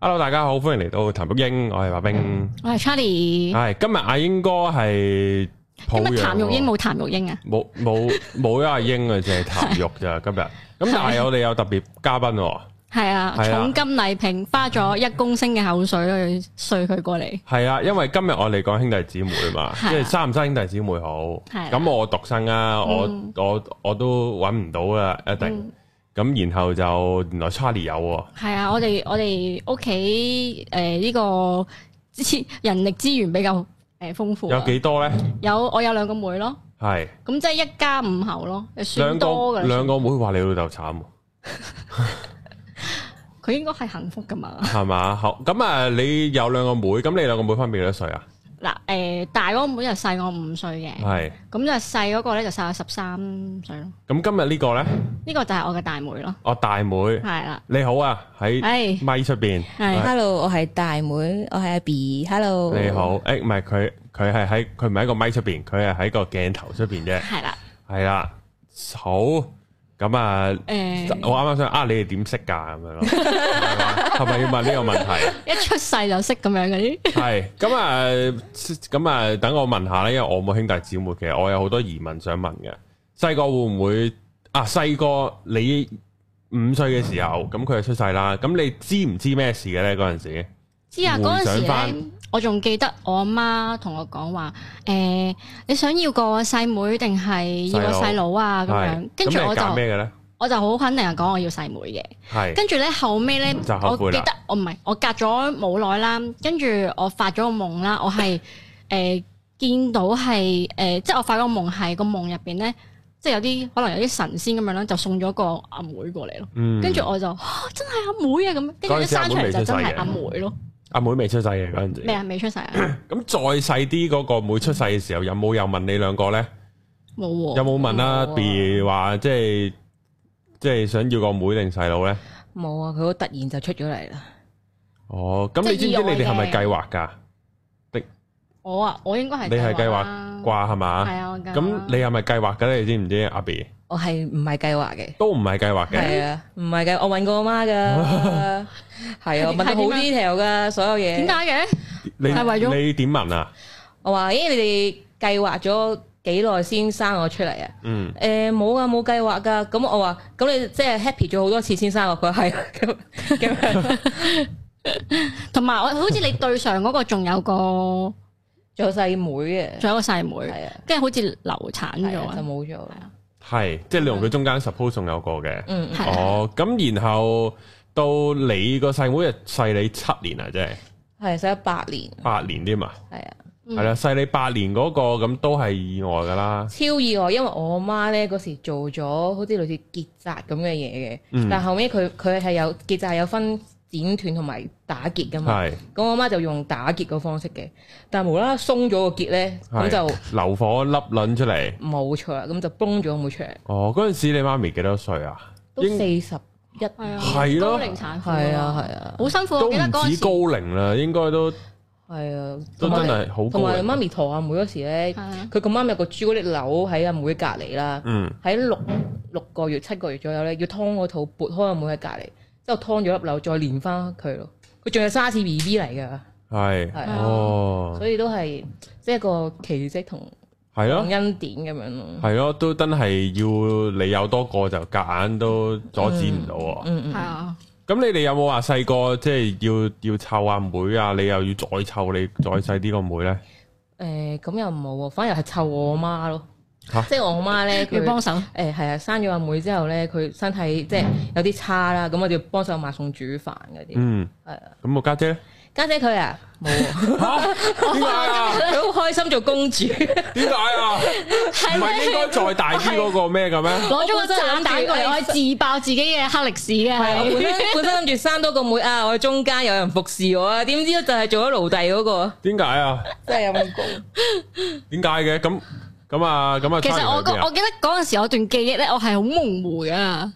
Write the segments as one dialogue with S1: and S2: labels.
S1: Hello，大家好，歡迎嚟到譚玉英，我係白冰。
S2: 我係 Charlie。
S1: 係今日阿英哥係啊抱
S2: 今日
S1: 恙
S2: 譚玉英
S1: 喎
S2: 冇譚玉英啊？
S1: 冇冇冇咗阿英啊，淨係譚玉 咋今日。咁但係我哋有特別嘉賓喎，
S2: 係啊，
S1: 係啊
S2: 重金禮聘，花咗一公升嘅口水去碎佢過嚟。
S1: 係啊，因為今日我哋講兄弟姊妹嘛，
S2: 係啊
S1: 即係生唔生兄弟姊妹好。
S2: 係啊
S1: 咁我獨生啊，我
S2: 嗯
S1: 我我都揾唔到啦，一定
S2: 嗯。
S1: 咁然後就原來 Charlie 有喎，
S2: 係啊，我哋我哋屋企诶呢個資人力資源比較诶丰富啊
S1: 有。幾多咧？
S2: 有我有兩個妹咯，
S1: 係
S2: 咁即係一家五口咯，
S1: 兩
S2: 算多
S1: 個
S2: 噶
S1: 兩
S2: 啦。
S1: 個妹話你老豆慘喎。
S2: 佢應該係幸福噶嘛？
S1: 系嘛？好咁啊！你有兩個妹，咁你兩個妹分別幾多歲啊？
S2: 嗱，诶大嗰個妹就細我五歲嘅，
S1: 係
S2: 咁就細嗰個咧就細我十三歲咯。
S1: 咁今日呢個呢，
S2: 呢個就係我嘅大妹咯，
S1: 我大妹
S2: 係啦，
S1: 你好啊，喺
S2: 係
S1: 咪出边
S2: 係
S3: Hello，我係大妹，我係阿 B。Hello，
S1: 你好，诶唔係佢佢係喺佢唔係喺個咪出边，佢係喺個鏡頭出边啫，
S2: 係啦，
S1: 係啦，好咁啊！
S2: 诶
S1: 我。啱啱想啊，你哋點識㗎咁樣咯，係嘛係咪要問呢個問題？
S2: 一出世就識咁樣嗰啲。
S1: 係咁啊，咁啊，等我問下咧，因為我冇兄弟姊妹，其實我有好多疑問想問嘅。細個會唔會啊？細個你五歲嘅時候，咁佢就出世啦。咁你知唔知咩事嘅咧？嗰陣時
S2: 知啊，
S1: 回
S2: 嗰陣時
S1: 想返
S2: 咧，我仲記得我阿媽同我講話，誒、你想要個細妹定係要個細佬啊？咁樣
S1: 係，
S2: 跟住
S1: 咁
S2: 我
S1: 你揀
S2: 就
S1: 咩嘅咧？
S2: 我就好肯定係講我要細妹嘅。
S1: 係
S2: 跟住咧後尾咧，
S1: 嗯就後
S2: 我
S1: 悔
S2: 記
S1: 啦
S2: 得我唔係我隔咗冇耐啦，跟住我發咗個夢啦，我係誒、見到係誒、即係我發個夢係個夢入邊咧，即係有啲可能有啲神仙咁樣啦，就送咗個阿妹過嚟咯。
S1: 嗯，
S2: 跟住我就、啊真係阿妹啊咁，跟住
S1: 嗰
S2: 一
S1: 陣時阿
S2: 生
S1: 妹
S2: 出嚟
S1: 未
S2: 就
S1: 出
S2: 真
S1: 世
S2: 係
S1: 嘅
S2: 阿妹咯。
S1: 阿妹未出世嘅嗰陣時
S3: 嗯
S2: 咩，啊？未出世啊？
S1: 咁再細啲嗰個妹出世嘅時候，有冇又問你兩個咧？
S2: 冇
S1: 有
S2: 喎，
S1: 冇問啦？
S2: 哦
S3: 冇啊
S1: 譬如話即係即係想要個妹定細佬咧？
S3: 冇啊，佢好突然就出咗嚟啦。
S1: 哦，咁
S2: 即係
S1: 你知唔
S2: 意
S1: 知
S2: 外
S1: 你哋係咪
S2: 嘅
S1: 計劃㗎？
S2: 我啊，我應該係
S1: 你係
S2: 計
S1: 計劃
S2: 啦
S1: 啩係嘛？
S2: 係啊，我計劃
S1: 咁
S2: 啦
S1: 你係咪計劃嘅咧？你知唔知阿 B
S3: 我係唔係計劃嘅？
S1: 都唔係計劃嘅，
S3: 係啊，唔係計，我問過我 媽噶，係啊，我問到好
S2: 係點
S3: detail 噶，所有
S2: 點
S3: 嘢。
S2: 解嘅？
S1: 你
S2: 係為咗
S1: 你點問啊？
S3: 我話：咦，你哋計劃咗幾耐先生我出嚟啊？
S1: 嗯，
S3: 誒冇啊，冇計劃噶。咁我話：咁你即係 happy 咗好多次先生我。佢話係啊咁咁啊樣，
S2: 同埋我好似你對上嗰個仲有個
S3: 仲有細妹嘅，
S2: 仲有個細妹，
S3: 係啊，
S2: 跟住好似流產
S3: 係
S2: 咗
S3: 啊就
S2: 啊，
S3: 冇咗啦。
S1: 係，即係你同佢中間 suppose 仲有個嘅。
S3: 嗯，
S2: 係啊
S1: 哦，咁然後到你個細妹就細你七年啊，即係
S3: 係使咗八年，
S1: 八年添嘛，
S3: 係啊。
S2: 嗯
S1: 係啦，細你八年嗰個咁都係意外㗎啦。
S3: 超意外，因為我媽咧嗰時做咗好似類似結紮咁嘅嘢嘅，
S1: 嗯
S3: 但後尾佢佢係有結紮係有分剪斷同埋打結噶嘛，
S1: 係
S3: 咁我媽就用打結個方式嘅，但係無啦啦鬆咗個結咧，
S1: 係
S3: 咁就
S1: 流火粒卵出嚟。
S3: 冇錯啦，咁就崩咗冇出嚟，
S1: 哦，嗰陣時你媽咪幾多歲啊？
S3: 都
S1: 應
S3: 四十一，係
S2: 係啊，
S1: 係咯
S2: 高齡產婦
S3: 啊係，啊
S2: 好辛
S1: 都
S2: 苦，我
S1: 唔
S2: 記得嗰陣
S1: 止
S2: 時
S1: 高齡啦，應該都
S3: 係啊，
S1: 都
S3: 同埋
S1: 真係好高
S3: 同埋
S1: 齡。
S3: 媽咪陀阿妹嗰時咧，
S2: 係啊
S3: 佢咁啱有個朱古力瘤喺阿妹隔離啦，
S1: 嗯，
S3: 喺六六個月七個月左右咧，要劏個肚，撥開阿妹喺隔離，之後劏咗粒瘤，再連翻佢咯。佢仲係沙士 B B 嚟㗎，
S1: 係
S3: 係
S2: 啊
S1: 哦。
S3: 所以都係即係一個奇蹟同
S1: 系咯
S3: 同，恩典咁樣咯。
S1: 系咯，都真係要你有多個就夾硬都阻止唔到喎。咁、
S3: 嗯
S2: 係啊，
S1: 你哋有冇話細個即係要要湊阿妹啊？你又要再湊你再細啲個妹呢？
S3: 嗯，誒咁又冇喎，反而係湊我媽咯
S1: 嚇，
S3: 即係我媽咧
S2: 要幫
S3: 佢。
S2: 手
S3: 誒係啊，生咗阿妹之後咧，佢身體即係有啲差啦，咁我哋要幫手買餸煮飯嗰啲。
S1: 嗯，
S3: 係啊，
S1: 咁我家姐呢？
S3: 家姐佢啊冇喎，
S1: 點解 啊？
S3: 佢好開心做公主，
S1: 點解啊？唔係應該再大啲嗰個咩嘅咩？
S2: 攞咗個炸彈過嚟，
S3: 我
S2: 我
S3: 本身諗住
S2: 係自爆自己嘅黑歷史嘅，
S3: 係我啊
S2: 係
S3: 本身 本身諗住生多個妹啊，我喺中間有人服侍我啊，點知就係做咗奴隸嗰個，
S1: 點解啊？
S3: 真係陰公。
S1: 點解嘅？咁咁啊咁啊？
S2: 其實我個
S1: Charlie
S2: 我記得嗰陣時我段記憶咧，我係好模糊噶，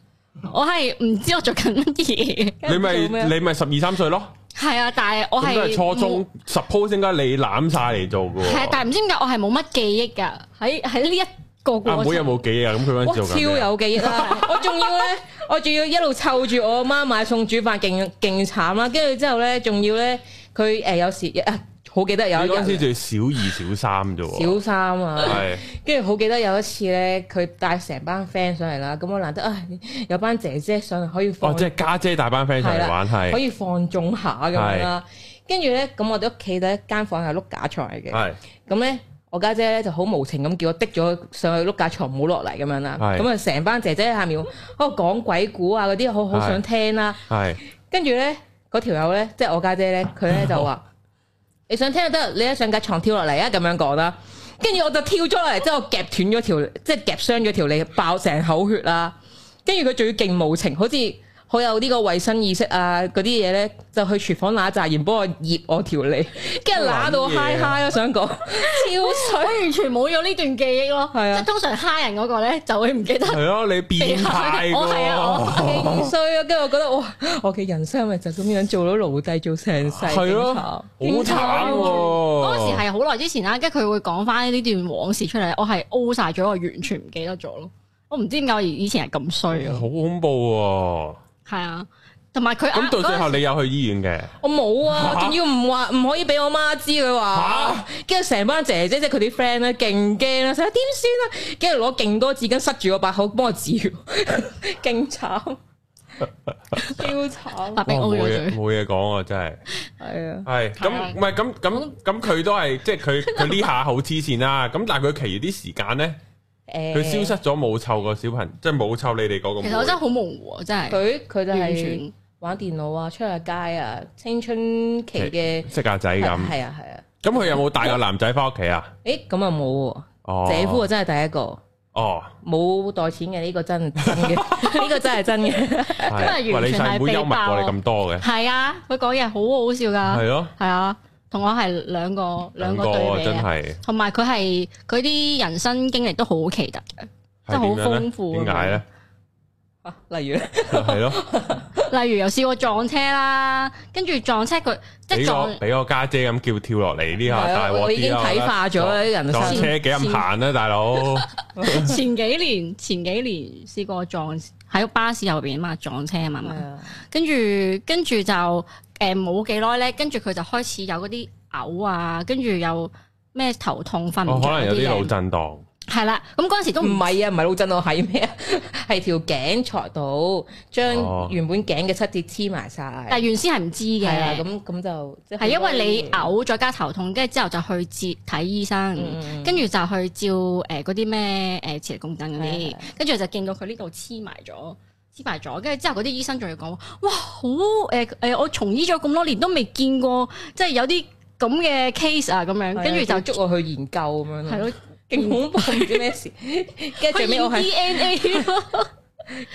S2: 我係唔知我做緊乜嘢。
S1: 你
S3: 做咩
S1: 咪
S3: 啊
S1: 你咪十二三歲咯，
S2: 係啊，但係我
S1: 咁都係
S2: 係
S1: 初中，suppose 應該你攬晒嚟做嘅
S2: 冇，係啊
S1: 喎。
S2: 但係唔知點解我係冇乜記憶㗎。喺喺呢一個過
S1: 阿
S2: 程
S1: 妹有冇記憶啊？咁佢嗰陣時
S3: 哇，
S1: 做
S3: 超
S1: 緊咩啊
S3: 有記憶啦！我仲要咧，我仲要一路湊住我阿媽買餸煮飯，勁勁慘啦。跟住之後咧，仲要咧，佢誒有時啊，好記得有
S1: 你
S3: 一
S1: 嗰陣時
S3: 日
S1: 仲要小二小三啫喎，
S3: 小三啊。
S1: 係
S3: 跟住好記得有一次咧，佢帶成班 friend 上嚟啦，咁我難得啊、有班姐姐上嚟可以
S1: 哦，
S3: 放，
S1: 即係家姐帶班 friend 上嚟玩
S3: 可
S1: 係
S3: 以放縱下咁樣啦。跟住咧，咁我哋屋企第一間房係碌架床嚟嘅，
S1: 係
S3: 咁咧我家姐咧就好無情咁叫我滴咗上去碌架床，唔好落嚟咁樣啦。
S1: 係
S3: 咁啊，成班姐姐喺下面喺度講鬼故啊嗰啲，好好
S1: 係
S3: 想聽啦。
S1: 係
S3: 跟住咧，嗰條友咧，即係我家姐咧，佢咧就 話：你想聽就得，你喺上架床跳落嚟啊！咁樣講啦。跟住我就跳咗落嚟，之後夾斷咗條，即係夾傷咗條脷，爆成口血啦。跟住佢仲要勁無情，好似好有呢個衞生意識啊嗰啲嘢咧，就去廚房揦扎鹽幫我醃我條脷，跟住揦到
S1: 乜撚嘢啊
S3: 嗨嗨咯，想講超
S2: 我
S3: 水。
S2: 完全冇咗呢段記憶咯。
S3: 係啊
S2: 即係通常蝦人嗰個咧就會唔記得。
S1: 係咯，你變態
S2: 我 係啊我
S1: 喎，
S3: 勁衰啊！跟住我覺得哇，我嘅人生咪就咁樣做到奴隸做成世，
S1: 係咯
S3: 勁
S2: 啊
S1: 好慘
S3: 慘
S2: 嗰時
S1: 喎。
S2: 係好耐之前啦，跟住佢會講翻呢段往事出嚟，我係 O 晒咗，我完全唔記得咗咯。我唔知點解我以前係咁衰
S1: 好
S2: 咯，
S1: 恐怖喎！
S2: 係啊，同埋佢
S1: 咁到最
S2: 嗰陣
S1: 後你有去醫院嘅，
S3: 我冇啊，
S1: 嚇
S3: 仲要唔話唔可以俾我媽知佢話
S1: 嚇，
S3: 跟住成班姐姐即係佢啲 friend 咧，勁驚啦，成日點算啊？跟住攞勁多紙巾塞住我把口，幫我止血， 勁慘，超
S2: 白
S1: 哇哦冇
S2: 冰 O 咗
S3: 慘，
S1: 嘢
S2: 嘴，
S1: 冇嘢講啊，真係。
S3: 係啊，
S1: 係
S2: 係啊
S1: 咁，唔係咁咁咁，佢都係即係佢佢呢下好黐線啦。咁但係佢其餘啲時間咧，佢
S3: 誒，
S1: 消失咗冇湊個小朋友，即係冇湊你哋嗰個妹。
S2: 其實我真係好模糊啊，真係
S3: 佢佢就
S2: 完
S3: 係
S2: 全
S3: 玩電腦啊，出下街啊，青春期嘅
S1: 識架仔
S3: 係
S1: 咁。
S3: 係啊係啊，
S1: 咁佢有冇帶個男仔翻屋企啊？
S3: 誒咁啊冇喎，
S1: 哦，
S3: 姐夫啊真係第一個。
S1: 哦，
S3: 冇袋錢嘅呢個真真嘅， 呢個真係真嘅。
S1: 係
S2: 完全
S1: 喂你細
S2: 係
S1: 妹
S2: 被
S1: 幽默過
S2: 爆
S1: 你咁多嘅，
S2: 係啊，佢講嘢好好笑
S1: 係
S2: 㗎，
S1: 咯，
S2: 係啊，同我係兩個兩個對
S1: 兩
S2: 比
S1: 真
S2: 啊，
S1: 係
S2: 同埋佢係佢啲人生經歷都好奇特嘅。真係好
S1: 係點樣呢
S2: 豐富啊
S1: 點解咧？
S3: 啊例如咧，
S1: 係咯，
S2: 例如有試過撞車啦，跟住撞車佢 即係
S1: 俾
S2: 撞
S1: 個俾個家姐咁叫跳落嚟呢下
S3: 係
S1: 大
S3: 啊我
S1: 鑊
S3: 已經
S1: 啲啊！
S3: 睇化咗
S1: 撞
S3: 啦啲人
S1: 撞
S3: 生
S1: 車幾咁閒啊，大 佬
S2: 前幾年 前幾年試過撞喺巴士入邊啊嘛撞車嘛嘛，
S3: 係啊
S2: 跟住跟住就誒冇幾耐咧，跟住佢就開始有嗰啲嘔啊，跟住又咩頭痛瞓
S1: 我
S2: 唔
S1: 哦可
S2: 著
S1: 能有啲腦
S2: 啲嘢，
S1: 震盪。
S2: 係啦，咁嗰陣時都
S3: 唔
S2: 唔
S3: 係啊，唔係老震我係咩啊？係條頸裁到，
S1: 哦
S3: 將原本頸嘅七節黐埋晒。
S2: 但係原先係唔知
S3: 係啊，
S2: 嘅，
S3: 咁咁就即
S2: 係因為你，嘔再加頭痛，跟住之後就去接睇醫生。
S3: 跟
S2: 跟住就去照誒嗰啲咩誒磁力共振嗰
S3: 係
S2: 啲
S3: 係，
S2: 跟住就見到佢呢度黐埋咗，黐埋咗，跟住之後嗰啲醫生仲要講，哇好誒誒、我從醫咗咁多年都未見過，即係有啲咁嘅 case 啊咁樣，跟住就
S3: 捉我去研究咁樣
S2: 係
S3: 咯，
S2: 咯，嗯
S3: 勁恐怖，唔知咩事。 跟住
S2: 佢
S3: 最尾我
S2: 驗
S3: 係
S2: DNA 咯，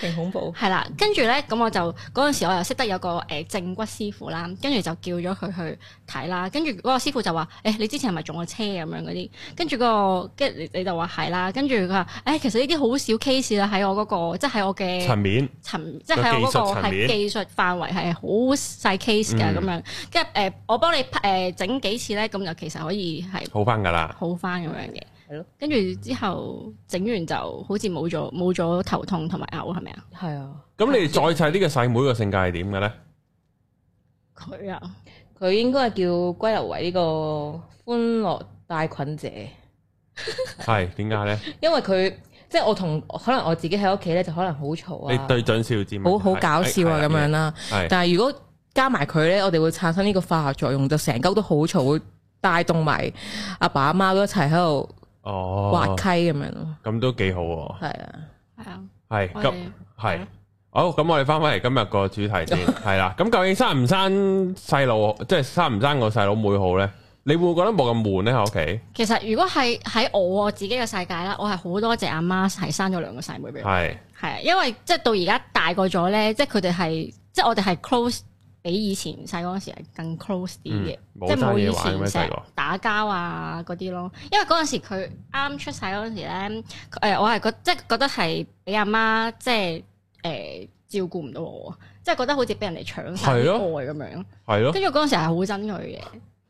S3: 勁恐怖，
S2: 係啦，跟住咧咁我就嗰陣時我又識得有個誒、正骨師傅啦，跟住就叫咗佢去睇啦，跟住嗰個師傅就話：誒、你之前係咪撞過車咁樣嗰啲？跟住嗰個跟住你你就話係啦，跟住佢話：誒、其實呢啲好少 case 啦，喺我嗰、個即係喺我嘅
S1: 層面
S2: 層，即係喺我嗰個係技術範圍係好細 case 㗎
S1: 嗯
S2: 咁樣，跟住誒我幫你誒整幾次咧，咁就其實可以係
S1: 好翻噶啦，
S2: 好翻咁樣嘅。
S3: 係咯，
S2: 跟住之後整完就好似冇咗冇咗頭痛同埋嘔係咪啊？
S3: 係啊。
S1: 咁你哋再砌呢個細妹個性格係點嘅咧？
S2: 佢啊，
S3: 佢應該係叫歸流為呢個歡樂帶菌者，
S1: 係點解咧？
S3: 因為佢即係我同可能我自己喺屋企咧就可能好嘈
S1: 你
S3: 啊，
S1: 對準少知
S3: 好好搞笑啊咁
S1: 啦。
S3: 樣啦。
S1: 係
S3: 但係如果加埋佢咧，我哋會產生呢個化學作用，就成鳩都好嘈，會帶動埋阿爸阿媽都一齊喺度滑
S1: 哦
S3: 稽，咁樣咯。
S1: 咁都幾好喎。
S3: 係啊，
S2: 係啊，
S1: 係
S2: 我
S1: 咁
S2: 哋
S1: 係好，咁我哋翻返嚟今日個主題先， 係啦。咁究竟生唔生細路，即係生唔生個細佬妹好咧？你會唔會覺得冇咁悶咧喺屋 企？
S2: 其實如果係喺我自己嘅世界啦，我係好多謝阿媽係生咗兩個細妹俾我，
S1: 係
S2: 係啊，因為即係到而家大個咗咧，即係佢哋係即係我哋係 close 比以前細個嗰時係更 close 啲嘅。
S1: 嗯冇
S2: 即係
S1: 生
S2: 冇以
S1: 嘢玩嘅咩
S2: 前成
S1: 細
S2: 日
S1: 個？
S2: 打交啊嗰啲咯，因為嗰陣時佢啱出世嗰陣時咧，誒、我係覺即係覺得係俾阿媽即係誒、呃照顧唔到我啊，即係覺得好似俾人哋搶晒
S1: 係
S2: 啲
S1: 咯
S2: 愛咁樣。
S1: 係咯，
S2: 跟住嗰陣時係好憎佢嘅，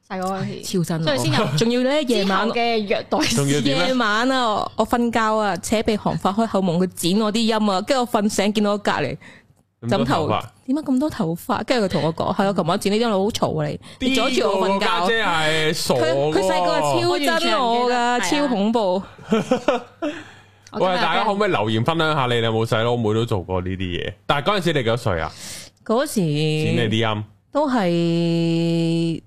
S2: 細個嗰陣時。
S3: 超真
S2: 所以先有
S3: 我仲要咧夜
S2: 之後
S3: 晚。
S2: 嘅虐待史，
S1: 仲要點
S3: 夜
S1: 咧？
S3: 啊晚啊，我我瞓覺啊，扯鼻鼾發開口夢，佢剪我啲音啊，跟住我瞓醒見到我隔離
S1: 咁啊多
S3: 枕
S1: 頭
S3: 頭
S1: 髮
S3: 點解咁多頭髮？跟住佢同我講：係啊我琴晚剪呢張你好嘈啊！你你阻住我瞓
S1: 呢個
S3: 覺。
S1: 家姐係傻
S3: 佢
S1: 㗎
S3: 佢細個
S1: 喎
S2: 我完
S3: 係
S2: 全唔
S3: 超憎
S2: 記
S3: 我
S2: 得係
S3: 㗎，
S2: 啊
S3: 超恐怖。
S2: 我真
S1: 喂，
S2: 係
S1: 大家可唔可以留言分享下你哋有冇細佬妹都做過呢啲嘢？但係嗰陣時你幾多歲啊？
S3: 嗰
S1: 剪你
S3: 時
S1: 啲音，
S3: 都係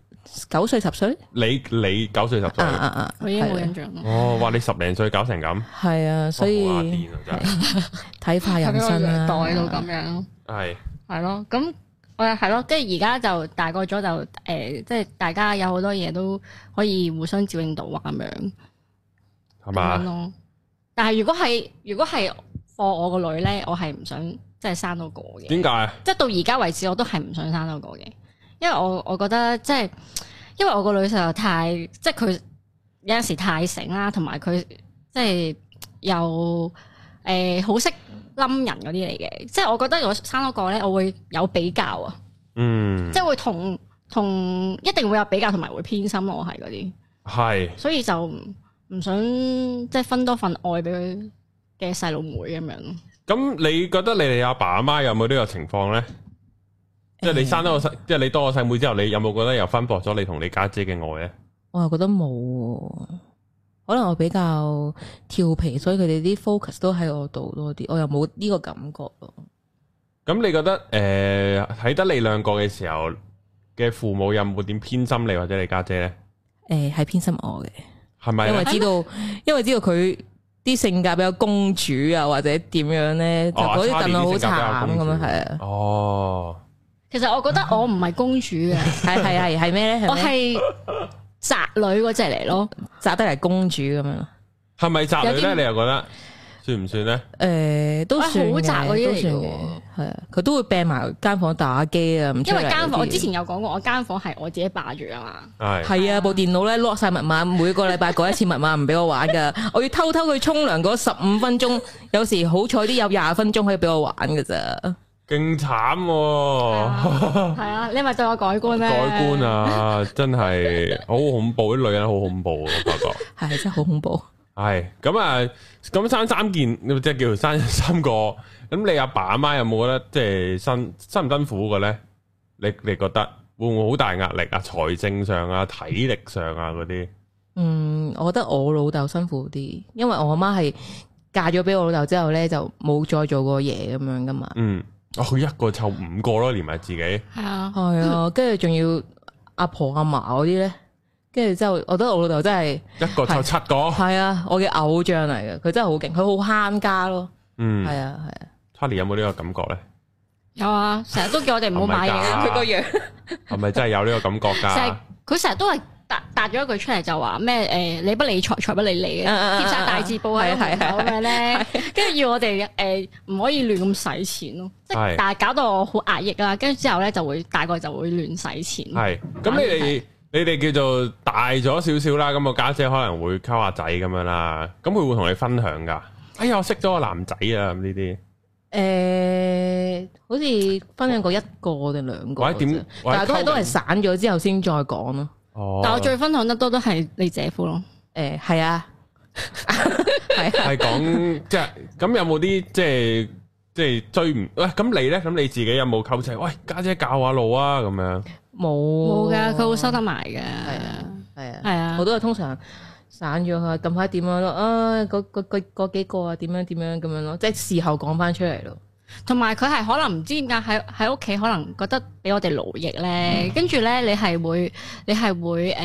S3: 九歲十歲。
S1: 你你九歲十歲
S3: 啊，啊啊！
S2: 我已經冇
S3: 係啊
S2: 印象啦。
S1: 哦，哇！你十零歲搞成咁，
S3: 係啊，所以
S1: 哇好癲啊真 係
S3: 睇化
S2: 喺
S3: 人
S2: 嗰個
S3: 生啊
S2: 年
S3: 啦。
S2: 代到咁樣，
S1: 係
S2: 係咯。咁我又係咯，跟住而家就大個咗就誒，即係大家有好多嘢都可以互相照應到啊咁樣
S1: 係
S2: 咁樣
S1: 嘛？
S2: 咯。但係如果係如果係放我個女咧，我係唔想即係生到個嘅。
S1: 點解？啊
S2: 即係到而家為止，我都係唔想生多個嘅，因為我我覺得即係，因為我個女實在太即係佢有陣時太醒啦，同埋佢即係又誒好識冧人嗰啲嚟嘅，即係我覺得我生多個咧，我會有比較啊，
S1: 嗯
S2: 即，係會同同一定會有比較，同埋會偏心咯，我係嗰啲，
S1: 係
S2: 所以就唔唔想即係分多份愛俾佢嘅細佬妹咁樣咯。
S1: 咁，你覺得你哋阿爸阿媽有冇呢個情況咧？即係你生咗個細，即係你多個細妹之後，你有冇覺得又分薄咗你同你家姐嘅愛咧？
S3: 我又覺得冇喎，可能我比較調皮，所以佢哋啲 focus 都喺我度多啲，我又冇呢個感覺咯。
S1: 咁你覺得诶睇、得你兩個嘅時候嘅父母有冇點偏心你或者你家姐咧？
S3: 誒，係偏心我嘅，
S1: 係咪
S3: 因為
S1: 呢？
S3: 知道， 因為知道佢啲性格比較公主啊，或者點樣咧，就
S1: 哦
S3: 嗰啲
S1: 阿
S3: 戥我好
S1: Charlie 啲性格比較
S3: 慘
S1: 公
S3: 咁
S1: 主
S3: 樣，係啊，
S1: 哦，
S2: 其實我覺得我唔係公主嘅。
S3: 係係係係咩咧？
S2: 我
S3: 係咩
S2: 係宅女嗰只嚟咯，
S3: 扎得嚟公主咁樣，
S1: 係咪宅女
S2: 有
S1: 咧？
S2: 啲
S1: 你又覺得算唔算咧？
S3: 誒呃都
S2: 啊
S3: 算
S2: 好
S3: 嘅，
S2: 宅嗰啲
S3: 都
S2: 嚟
S3: 算
S2: 嘅
S3: 嘅，係啊，佢都會病埋間房打機啊，唔出
S2: 因為
S3: 嚟
S2: 間
S3: 嗰啲
S2: 房我之前有講過，我間房係我自己霸住啊嘛。
S1: 係
S3: 係啊，部電腦咧 lock 晒密碼，每個禮拜改一次密碼，唔俾我玩噶。 我要偷偷去沖涼嗰十五分鐘，有時好彩啲有廿分鐘可以俾我玩噶咋。
S1: 勁慘
S2: 啊
S1: 喎！
S2: 係啊，你咪對我改觀咧？
S1: 改觀！啊，真係好恐怖，啲女人好恐怖啊！我發覺。
S3: 係真係好恐怖。
S1: 系咁啊，咁生三件，即系叫生 三個。咁你阿爸阿媽有冇覺得即係辛辛唔辛苦嘅咧？你你覺得會唔會好大壓力啊？財政上啊，體力上啊嗰啲，
S3: 嗯，我覺得我老豆辛苦啲，因為我阿媽係嫁咗俾我老豆之後咧，就冇再做過嘢咁樣噶嘛。
S1: 嗯，哦，佢一個湊五個咯，連埋自己，
S2: 係啊，
S3: 係啊，跟住仲要阿婆阿嫲嗰啲咧，跟住之後，我覺得我老豆真係
S1: 一個湊
S3: 係
S1: 七個。
S3: 係啊，我嘅偶像嚟嘅，佢真係好勁，佢好慳家咯。
S1: 嗯
S3: 係啊，係啊。
S1: ，Charlie 有冇呢個感覺咧？
S2: 有啊，成日都叫我哋唔好買嘢
S1: Oh my
S2: 啊，
S1: God 佢個
S3: 樣
S1: 係咪真係有呢個感覺
S2: 成
S1: 㗎
S2: 日？佢成日都係答答咗一句出嚟就話咩誒你不理財，財不理你嘅，
S3: 啊啊啊啊
S2: 貼晒大字報喺門口咁樣咧，跟住要我哋誒唔可以亂咁使錢咯，即
S1: 係
S2: 係但係搞到我好壓抑啦，跟住之後咧就會大概就會亂使錢。
S1: 係咁，你哋你哋叫做大咗少少啦，咁我家姐可能會溝下仔咁樣啦，咁佢會同你分享㗎。哎呀，我識咗個男仔啊，咁呢啲。
S3: 诶、好似分享過一個定兩個
S1: 或
S3: 啫，
S1: 者點或者
S3: 但係都係
S1: 溝
S3: 都係
S1: 人
S3: 散咗之後先再講咯。
S1: 哦，
S2: 但我最分享得多都係你姐夫咯。
S3: 诶、係啊，係啊，
S1: 系讲即系咁有冇啲即系即系追唔喂咁你咧咁你自己有冇溝仔？喂家姐教下路啊咁樣
S3: 冇
S2: 冇噶，佢會收得埋嘅。
S3: 係啊，係
S2: 係
S3: 啊，
S2: 啊
S3: 我，都係通常散咗佢，近排點樣咯？啊，嗰嗰嗰嗰幾個啊，點樣點樣咁樣咯，即係事後講翻出嚟咯。
S2: 同埋佢係可能唔知點解喺喺屋企可能覺得俾我哋勞役咧，跟住咧你係會你係會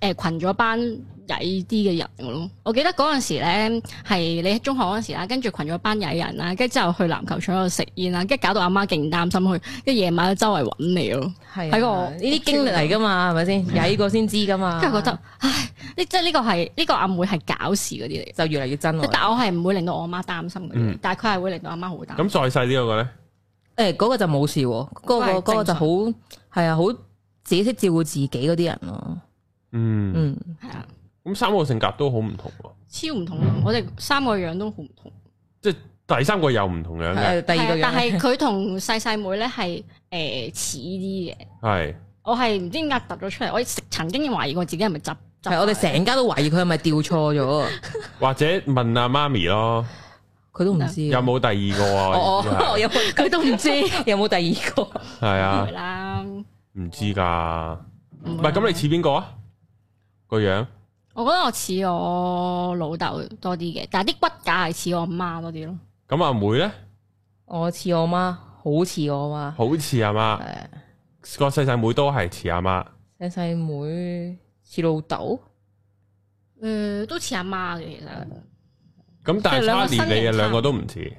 S2: 誒誒群咗班曳啲嘅人嘅咯。我記得嗰陣時咧係你喺中學嗰陣時啦，跟住群咗班曳人啦，跟住之後去籃球場嗰度食煙啦，跟住搞到阿媽勁擔心佢，跟住夜晚周圍揾你咯。喺
S3: 係喺
S2: 個
S3: 個呢啲經歷嚟噶嘛，係咪先？曳過先知噶嘛，
S2: 跟住覺得唉，呢即係呢個係呢個阿妹係搞事嗰啲嚟。
S3: 就越嚟越真
S2: 即
S3: 喎。
S2: 但我係唔會令到我媽擔心嗰啲，
S1: 嗯
S2: 但係佢係會令到阿媽好擔心。
S1: 咁再細啲嗰個咧
S3: 誒嗰個就冇事喎，嗰個
S2: 嗰個係
S3: 嗰個就好係啊，好自己識照顧自己嗰啲人咯。
S1: 嗯
S3: 嗯，
S2: 係啊，
S1: 咁三個性格都好唔同喎，
S2: 超唔同啊！我哋三個樣都好唔同。
S1: 即係第三個又唔同樣嘅
S3: 係第二個
S2: 係啊但
S3: 樣
S2: 係佢同細細妹咧係誒似啲嘅。
S1: 係
S2: 我係唔知點解突咗出嚟，我食曾經懷疑過自己係咪執執。
S3: 係我哋成家都懷疑佢係咪調錯咗啊？
S1: 或者問阿媽咪咯，
S3: 佢都唔 知嘅
S1: 有冇第二個
S3: 嗯哦
S1: 啊？
S3: 哦，有冇
S2: 佢都唔知，
S3: 有冇第二個？
S1: 係
S2: 唔
S1: 啊
S2: 會，啦，
S1: 唔知㗎。
S2: 唔
S1: 唔
S2: 會
S1: 係
S2: 啦
S1: 咁，你似邊個啊？個樣
S2: 我覺得我似我老豆多啲嘅，但係啲骨架係似我媽多啲咯。
S1: 咁阿妹咧，
S3: 我似我媽，好似我媽，
S1: 好似阿媽，
S3: 係啊
S1: 個細細妹都係似阿媽。
S3: 細細妹似老豆，
S2: 誒，都似阿媽嘅其實
S1: 咁但係
S2: 即係兩個
S1: Charlie
S2: 身形
S1: 你嘅
S2: 差
S1: 兩個都唔似，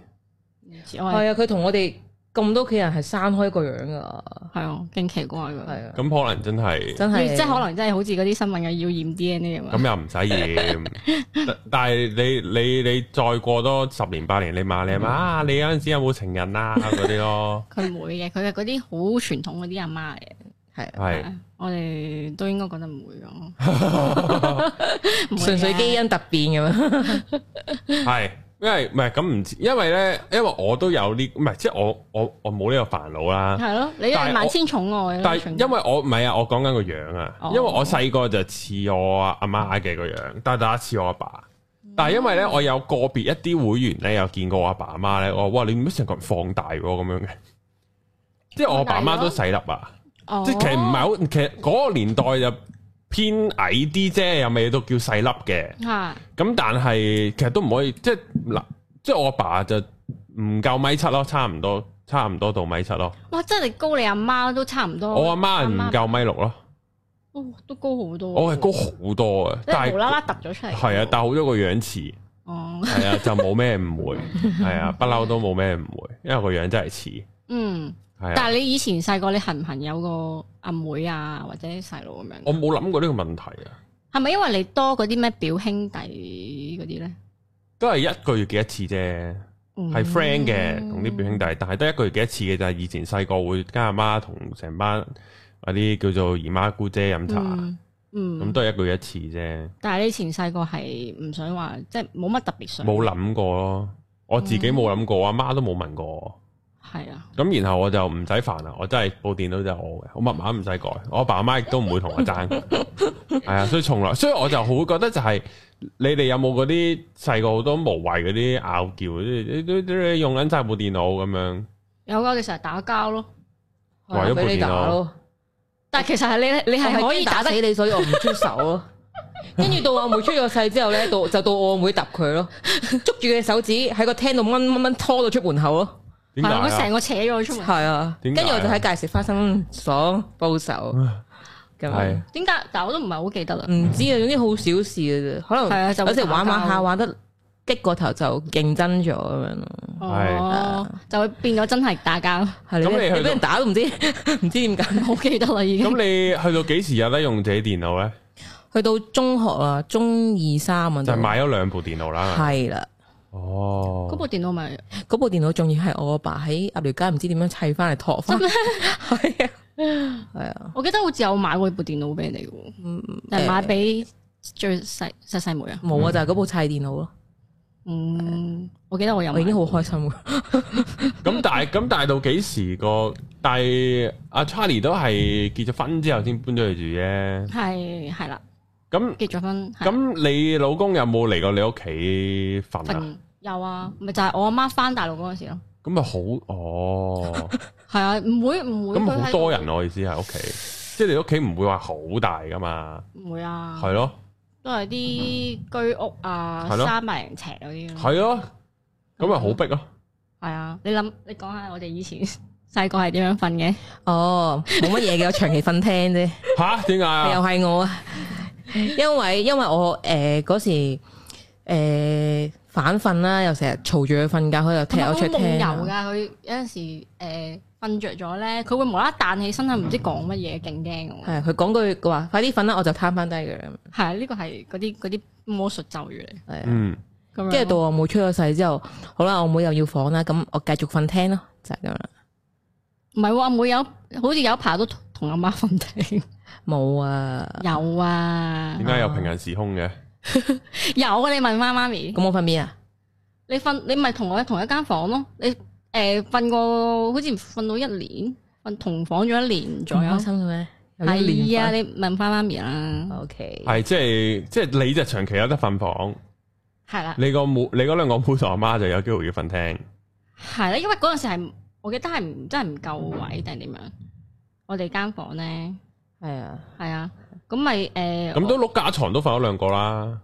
S2: 唔知，我係
S3: 係啊，佢同我哋咁多屋企人係生開個樣噶，
S2: 係啊，勁奇怪㗎。
S3: 係啊，
S1: 咁可能真係
S3: 真係
S2: 要即係可能真係好似嗰啲新聞嘅要驗 DNA 咁啊樣。
S1: 咁又唔使驗。但但係你你你再過多十年八年，你罵你阿媽啊，你嗰陣時有冇情人啊嗰啲咯？
S2: 佢唔會嘅，佢係嗰啲好傳統嗰啲阿媽嚟嘅。
S3: 係啊
S1: 係
S2: 我哋都應該覺得唔 會咯，唔會嘅
S3: 純粹基。因突變咁樣，
S1: 係，因為唔係咁唔知，因為咧，因為我都有呢，唔係即係我我我冇呢個煩惱啦。
S2: 係咯，你係萬千寵愛咯。
S1: 但係
S2: 全部
S1: 因為我唔係啊，我講緊個樣啊，
S2: 哦
S1: 因為我細個就似我阿媽嘅個樣，但係大家似我阿爸。但係因為咧，我有個別一啲會員咧，有見過我阿爸阿媽咧，我話哇，你唔成個人放大喎咁樣嘅，即係我阿爸阿媽都細粒啊，
S2: 哦
S1: 即係其實唔係好，其實嗰個年代就偏矮啲啫，又未到叫細粒嘅。
S2: 嚇
S1: 咁但係其實都唔可以，即係嗱，即係我阿爸就唔夠米七咯，差唔多，差唔多到米七咯。
S2: 哇！真係你高你阿媽都差唔多。
S1: 哦我阿媽唔夠米六咯，
S2: 哦，都高好多。
S1: 我係高好多啊，
S2: 即
S1: 但
S2: 係無啦
S1: 係
S2: 啦突咗出嚟。
S1: 係啊，但係好咗個樣似，
S2: 哦，
S1: 係 啊，就冇咩誤會，係啊，不嬲都冇咩誤會，因為個樣真係似，
S2: 嗯，
S1: 係啊，
S2: 但係你以前細個，你恨唔恨有個阿妹啊，或者細佬咁樣？
S1: 我冇諗過呢個問題啊，
S2: 係咪因為你多嗰啲咩表兄弟嗰啲咧？嗯
S1: 都係一個月幾一次啫，係 friend 嘅，同啲表兄弟，但係得一個月幾一次嘅就係以前細個會跟阿媽同成班嗰啲叫做姨媽姑姐飲茶。
S2: 嗯嗯
S1: 咁都係一個月一次啫，
S2: 但係你以前細個係唔想話，即係冇乜特別想，
S1: 冇諗過咯。我自己冇諗過，阿媽都冇問過我。
S2: 係啊，
S1: 咁然後我就唔使煩啦，我真係部電腦就係我嘅，我密碼唔使改，我阿爸阿媽亦都唔會同我爭。係啊，所以從來，所以我就好覺得就係、你哋有冇嗰啲細個好多無謂嗰啲拗撬，啲啲啲用緊晒部電腦咁樣，
S2: 有噶，我哋成日打交咯。
S1: 為 咗部
S3: 俾你
S1: 電
S3: 打
S1: 腦
S3: 咯，
S2: 但係其實係你你
S3: 你
S2: 係可以打
S3: 死
S2: 得，
S3: 你，所以我唔出手咯。
S2: 啊
S3: 跟住到我妹出咗世之後咧，到就到我妹揼佢咯，捉住佢隻手指喺個廳度掹掹掹拖到出門口咯，
S1: 點解
S2: 係佢
S1: 啊
S2: 成個扯咗佢出嚟。
S3: 係啊。
S1: 點
S3: 跟
S1: 解啊
S3: 住我就喺街食花生爽報仇咁樣
S1: 係。
S2: 點解？但我都唔係好記得啦。
S3: 唔知啊，總之好小事嘅啫，可
S2: 係啊
S3: 能
S2: 就
S3: 嗯
S2: 會
S3: 有時玩玩
S2: 打
S3: 下
S2: 交
S3: 玩得激過頭就競爭咗咁樣咯。
S2: 哦，就會變咗真係打交，
S3: 係
S1: 咁你去
S3: 你
S1: 到
S3: 你俾人打都唔知， 唔知點解。
S2: 好記得啦已經。
S1: 咁你去到幾時有得用自己電腦呢？
S3: 去到中學啊，中二三啊，
S1: 就係買啊咗兩部電腦啦。
S3: 係啦。
S1: 哦，
S2: 嗰部電腦咪
S3: 嗰部電腦仲要係我阿爸喺鴨寮街唔知點樣砌翻嚟托翻，係啊， 係啊，
S2: 我記得好似有買過部電腦俾你嘅喎，
S3: 嗯
S2: 但係買俾最細細細妹啊。
S3: 冇啊，就係嗰部砌電腦咯，
S2: 嗯，我記得我有
S3: 我已
S2: 買
S3: 經好開心噶，
S1: 咁但係咁但係到幾時個？但係阿 Charlie 都係結咗婚之後先搬咗去住啫。
S2: 係係啦，
S1: 咁
S2: 結咗婚係
S1: 咁你老公有冇嚟過你屋企瞓啊？
S2: 瞓有啊，咪就係我阿媽翻大陸嗰陣時咯。
S1: 咁咪好哦，
S2: 係啊，唔會唔會
S1: 咁
S2: 佢
S1: 好
S2: 喺
S1: 多人我意思係屋企，即係你屋企唔會話好大噶嘛？
S2: 唔會啊，
S1: 係咯，
S2: 都係啲居屋啊
S1: 係咯，
S2: 三百零尺嗰啲咯。
S1: 係咯，咁咪好逼咯。
S2: 係啊，你諗你講下我哋以前 細個係點樣瞓嘅？
S3: 哦，冇乜嘢嘅，我長期瞓廳啫，
S1: 吓？點解
S3: 又
S1: 啊？
S3: 係我 啊，因為因為我誒嗰時誒反瞓啦，又成日嘈住佢瞓覺，佢又踢
S2: 同埋
S3: 我出
S2: 佢夢
S3: 廳
S2: 遊
S3: 啊，
S2: 㗎，佢有陣時誒瞓着咗咧，佢會無啦啦彈起身，係唔知講乜嘢，勁驚㗎喎。
S3: 係佢講句佢話快啲瞓啦，我就攤翻低佢咁，
S2: 係啊，呢個係嗰啲嗰啲魔術咒語嚟。
S3: 係啊。
S1: 嗯，
S2: 咁樣
S3: 跟住到我妹出咗世之後，好啦，我妹又要房啦，咁我繼續瞓廳咯，就係咁啦。
S2: 唔係喎，阿妹有好似有一排都同阿媽瞓 廳。
S3: 冇啊，
S2: 有啊
S1: 點，解有平行時空嘅？
S2: 有啊！你問翻媽咪，
S3: 咁我瞓邊啊？
S2: 你瞓你咪同我同一間房咯。你誒瞓過好似瞓到一年，瞓同房咗一年
S3: 仲
S2: 左右
S3: 開。心嘅咩？有啲
S2: 係
S3: 年
S2: 啊，
S3: 份
S2: 你問翻媽咪啦。
S3: 哦，O K，
S1: 係即係即係你就長期有得瞓房，
S2: 係啦，
S1: 你個母，你嗰兩個妹同阿媽就有機會要瞓廳。
S2: 係啦，因為嗰陣時係我記得係唔真係唔夠位定係點樣，我哋間房咧
S3: 係啊，
S2: 係啊，咁咪誒
S1: 咁都碌架床都瞓咗兩個啦，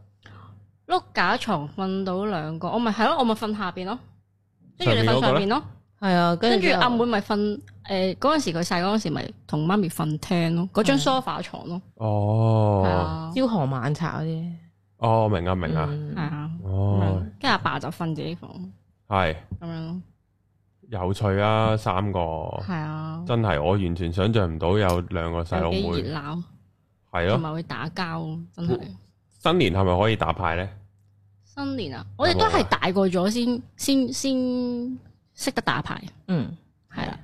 S2: 碌架床瞓到兩個，我咪係咯，我咪瞓下邊咯，跟住你
S1: 上面嗰個
S2: 瞓上
S1: 呢
S2: 邊咯，
S3: 係啊，
S2: 跟住
S3: 之後
S2: 阿妹咪瞓誒嗰陣時佢細嗰陣時咪同媽咪瞓廳咯，嗰張 sofa 床咯，係
S1: 嗯哦，
S2: 啊，
S3: 朝寒晚茶嗰啲，
S1: 哦，明啊，明啊，
S2: 係
S3: 嗯
S2: 啊，
S1: 哦，
S2: 跟住阿爸就瞓自己房
S1: 係
S2: 咁樣咯，
S1: 有趣啊，三個
S2: 係啊，
S1: 真係我完全想象唔到有兩個細佬
S2: 有幾
S1: 妹，
S2: 熱鬧，
S1: 係
S2: 同
S1: 咯，
S2: 埋會打交，真係。
S1: 新年係咪可以打牌呢？
S2: 新年啊，我哋都係大個咗先先先識得打牌，
S3: 嗯，
S2: 係
S3: à.
S2: 啦。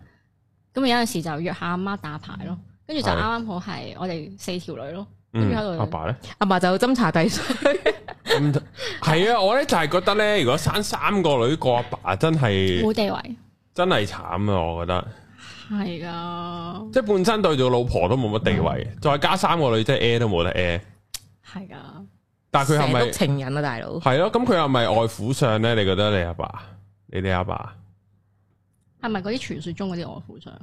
S2: 咁有陣時就約下阿媽打牌咯，跟住就
S1: 係
S2: 啱啱好係我哋四條女咯，跟
S1: 嗯
S2: 住喺度，
S1: 阿爸呢？
S3: 阿嫲就斟茶遞水，
S1: 咁係啊，我呢就係覺得呢，如果生三個女個阿爸真係
S2: 冇地位，
S1: 真係慘啊，我覺得。
S2: 係啊噶，
S1: 即系本身對住老婆都冇乜地位，
S2: 嗯
S1: 再加三個女，即係 A 都冇得 A。
S2: 係啊噶，
S1: 但系佢係
S3: 成
S1: 咪
S3: 日都情人啊，大佬，
S1: 係咯？咁佢係咪外父相咧？你覺得你阿爸，你哋阿爸
S2: 係咪嗰啲傳說中嗰啲外父相？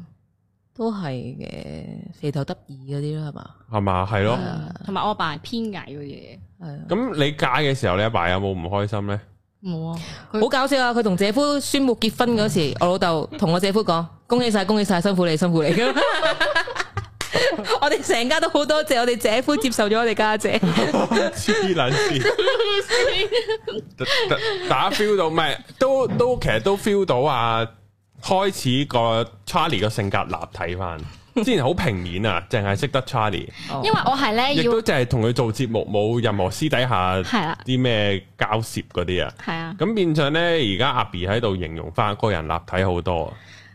S3: 都係嘅，肥頭得意嗰啲啦，係嘛，
S1: 係嘛？係咯。
S2: 同埋我阿爸係偏矮嗰啲
S3: 係啊。
S1: 咁你嫁嘅時候，你阿爸有冇唔開心咧？
S2: 嘢，冇啊，佢
S3: 好搞笑啊！佢同姐夫宣布結婚嗰時，我老豆同我姐夫講：恭喜晒，恭喜晒，辛苦你，辛苦你。 我哋成家都好多謝我哋姐夫接受咗我哋家姐，
S1: 黐撚線， 大大大家 feel 到，唔係都都其實都 feel 到啊！開始個 Charlie 個性格立體翻，之前好平面啊，淨係識得 Charlie，
S2: 因為我係
S1: 亦
S2: 咧要
S1: 都淨係同佢做節目，冇任何私底下
S2: 係啦，
S1: 啲咩交涉嗰啲啊。
S2: 係啊，
S1: 咁變相咧，而家阿 B 喺度形容翻個人立體好 多，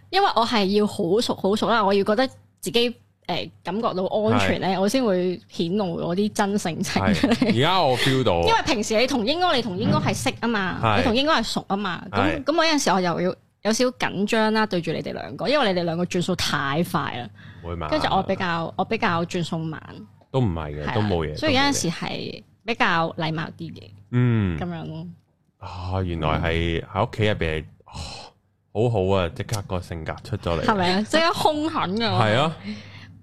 S2: 因為我係要好熟好熟啦，我要覺得自己。誒感覺到安全咧，我先會顯露我啲真性情出嚟。
S1: 係而家我 feel 到，
S2: 因為平時你同英哥，你同英哥係識啊嘛，
S1: 係
S2: 你同英哥係熟啊嘛，
S1: 係
S2: 咁咁我有陣時我又要有少少緊張啦，對住你哋兩個，因為你哋兩個轉數太快啦，
S1: 會嘛
S2: 跟住我比較我比較轉數慢，
S1: 都唔係
S2: 係
S1: 嘅，
S2: 啊
S1: 都冇嘢。
S2: 所以有
S1: 都冇嘢
S2: 陣時係比較禮貌啲嘅
S1: 嗯
S2: 咁樣咯，
S1: 啊，原來係喺屋企入邊，哦好好啊！即刻個性格出咗
S2: 係
S1: 嚟，
S2: 咪啊？即係兇狠噶，
S1: 係 啊，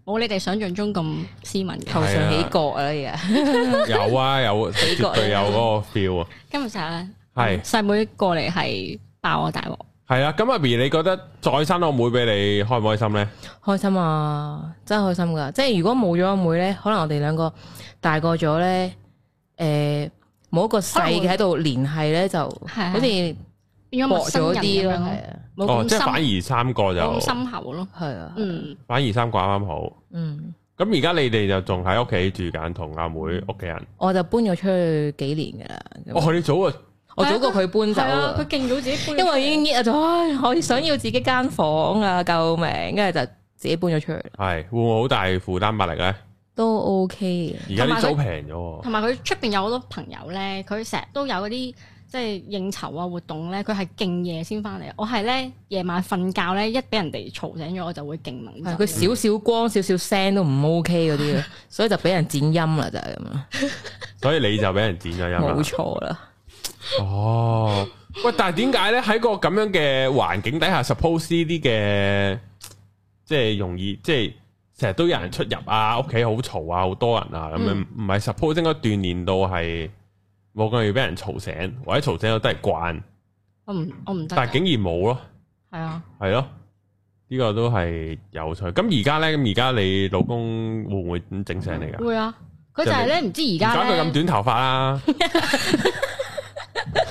S2: 冇你哋想象中咁斯文嘅。
S3: 頭上起角啊！而家
S1: 有啊，有絕對有嗰個 feel 啊，
S2: 今日就係
S1: 係
S2: 細妹過嚟係爆我大鑊，
S1: 係啊。咁阿 B，你覺得再生我妹俾你開唔開心咧？
S3: 開心啊，真係開心噶！即係如果冇咗阿妹咧，可能我哋兩個大個咗咧，誒冇一個細嘅喺度聯繫咧，就
S2: 係啊
S3: 好似
S2: 變咗陌
S3: 薄
S2: 生
S3: 咗
S2: 人咁
S3: 啲咯，
S2: 樣咯
S3: 係，啊，
S1: 哦，
S2: 冇咁
S1: 即係
S2: 深，
S1: 反而三個
S2: 冇
S1: 就
S2: 咁深厚咯，
S3: 係啊，
S2: 嗯。
S1: 反而三個啱啱好。
S3: 嗯，
S1: 咁而家你哋就仲喺屋企住緊，同阿妹
S2: 嗯
S1: 屋企人。
S3: 我就搬咗出去幾年噶啦，咁
S1: 哦，你早啊！
S3: 我早過佢搬走
S2: 係啊
S3: 啊，
S2: 佢勁到自己搬，
S3: 因為已經 get 咗，唉，我想要自己間房啊，救命！跟住就自己搬咗出去，
S1: 系會唔會好大負擔壓力咧？
S3: 都 OK 嘅。
S1: 而家啲租
S2: 同
S1: 平咗喎，
S2: 同埋佢出邊有好多朋友咧，佢成日都有嗰啲即係應酬啊活動咧，佢係勁夜先翻嚟。我係咧夜晚瞓覺咧，一俾人哋嘈醒咗，我就會勁猛
S3: 係
S2: 震。
S3: 佢少少光、少少聲都唔 OK 嗰啲嘅，所以就俾人剪音啦，就係咁啦，
S1: 所以你就俾人剪咗音啊
S3: 冇
S1: 啦。
S3: 錯啦。
S1: 哦，喂，但係點解咧？喺個咁樣嘅環境底下，suppose 呢啲嘅即係容易，即係成日都有人出入啊，屋企好嘈啊，好多人啊，咁樣唔係 suppose 應該鍛鍊到係冇咁容易俾人嘈醒，或者嘈醒咗都係慣，
S2: 我唔我唔得㗎。
S1: 但係竟然冇咯，
S2: 係啊，
S1: 係咯。呢個都係有趣。咁而家咧，咁而家你老公會唔會整醒你㗎？
S2: 會啊。佢就係咧，唔知而家
S1: 唔怪佢
S2: 咧，
S1: 咁短頭髮啦，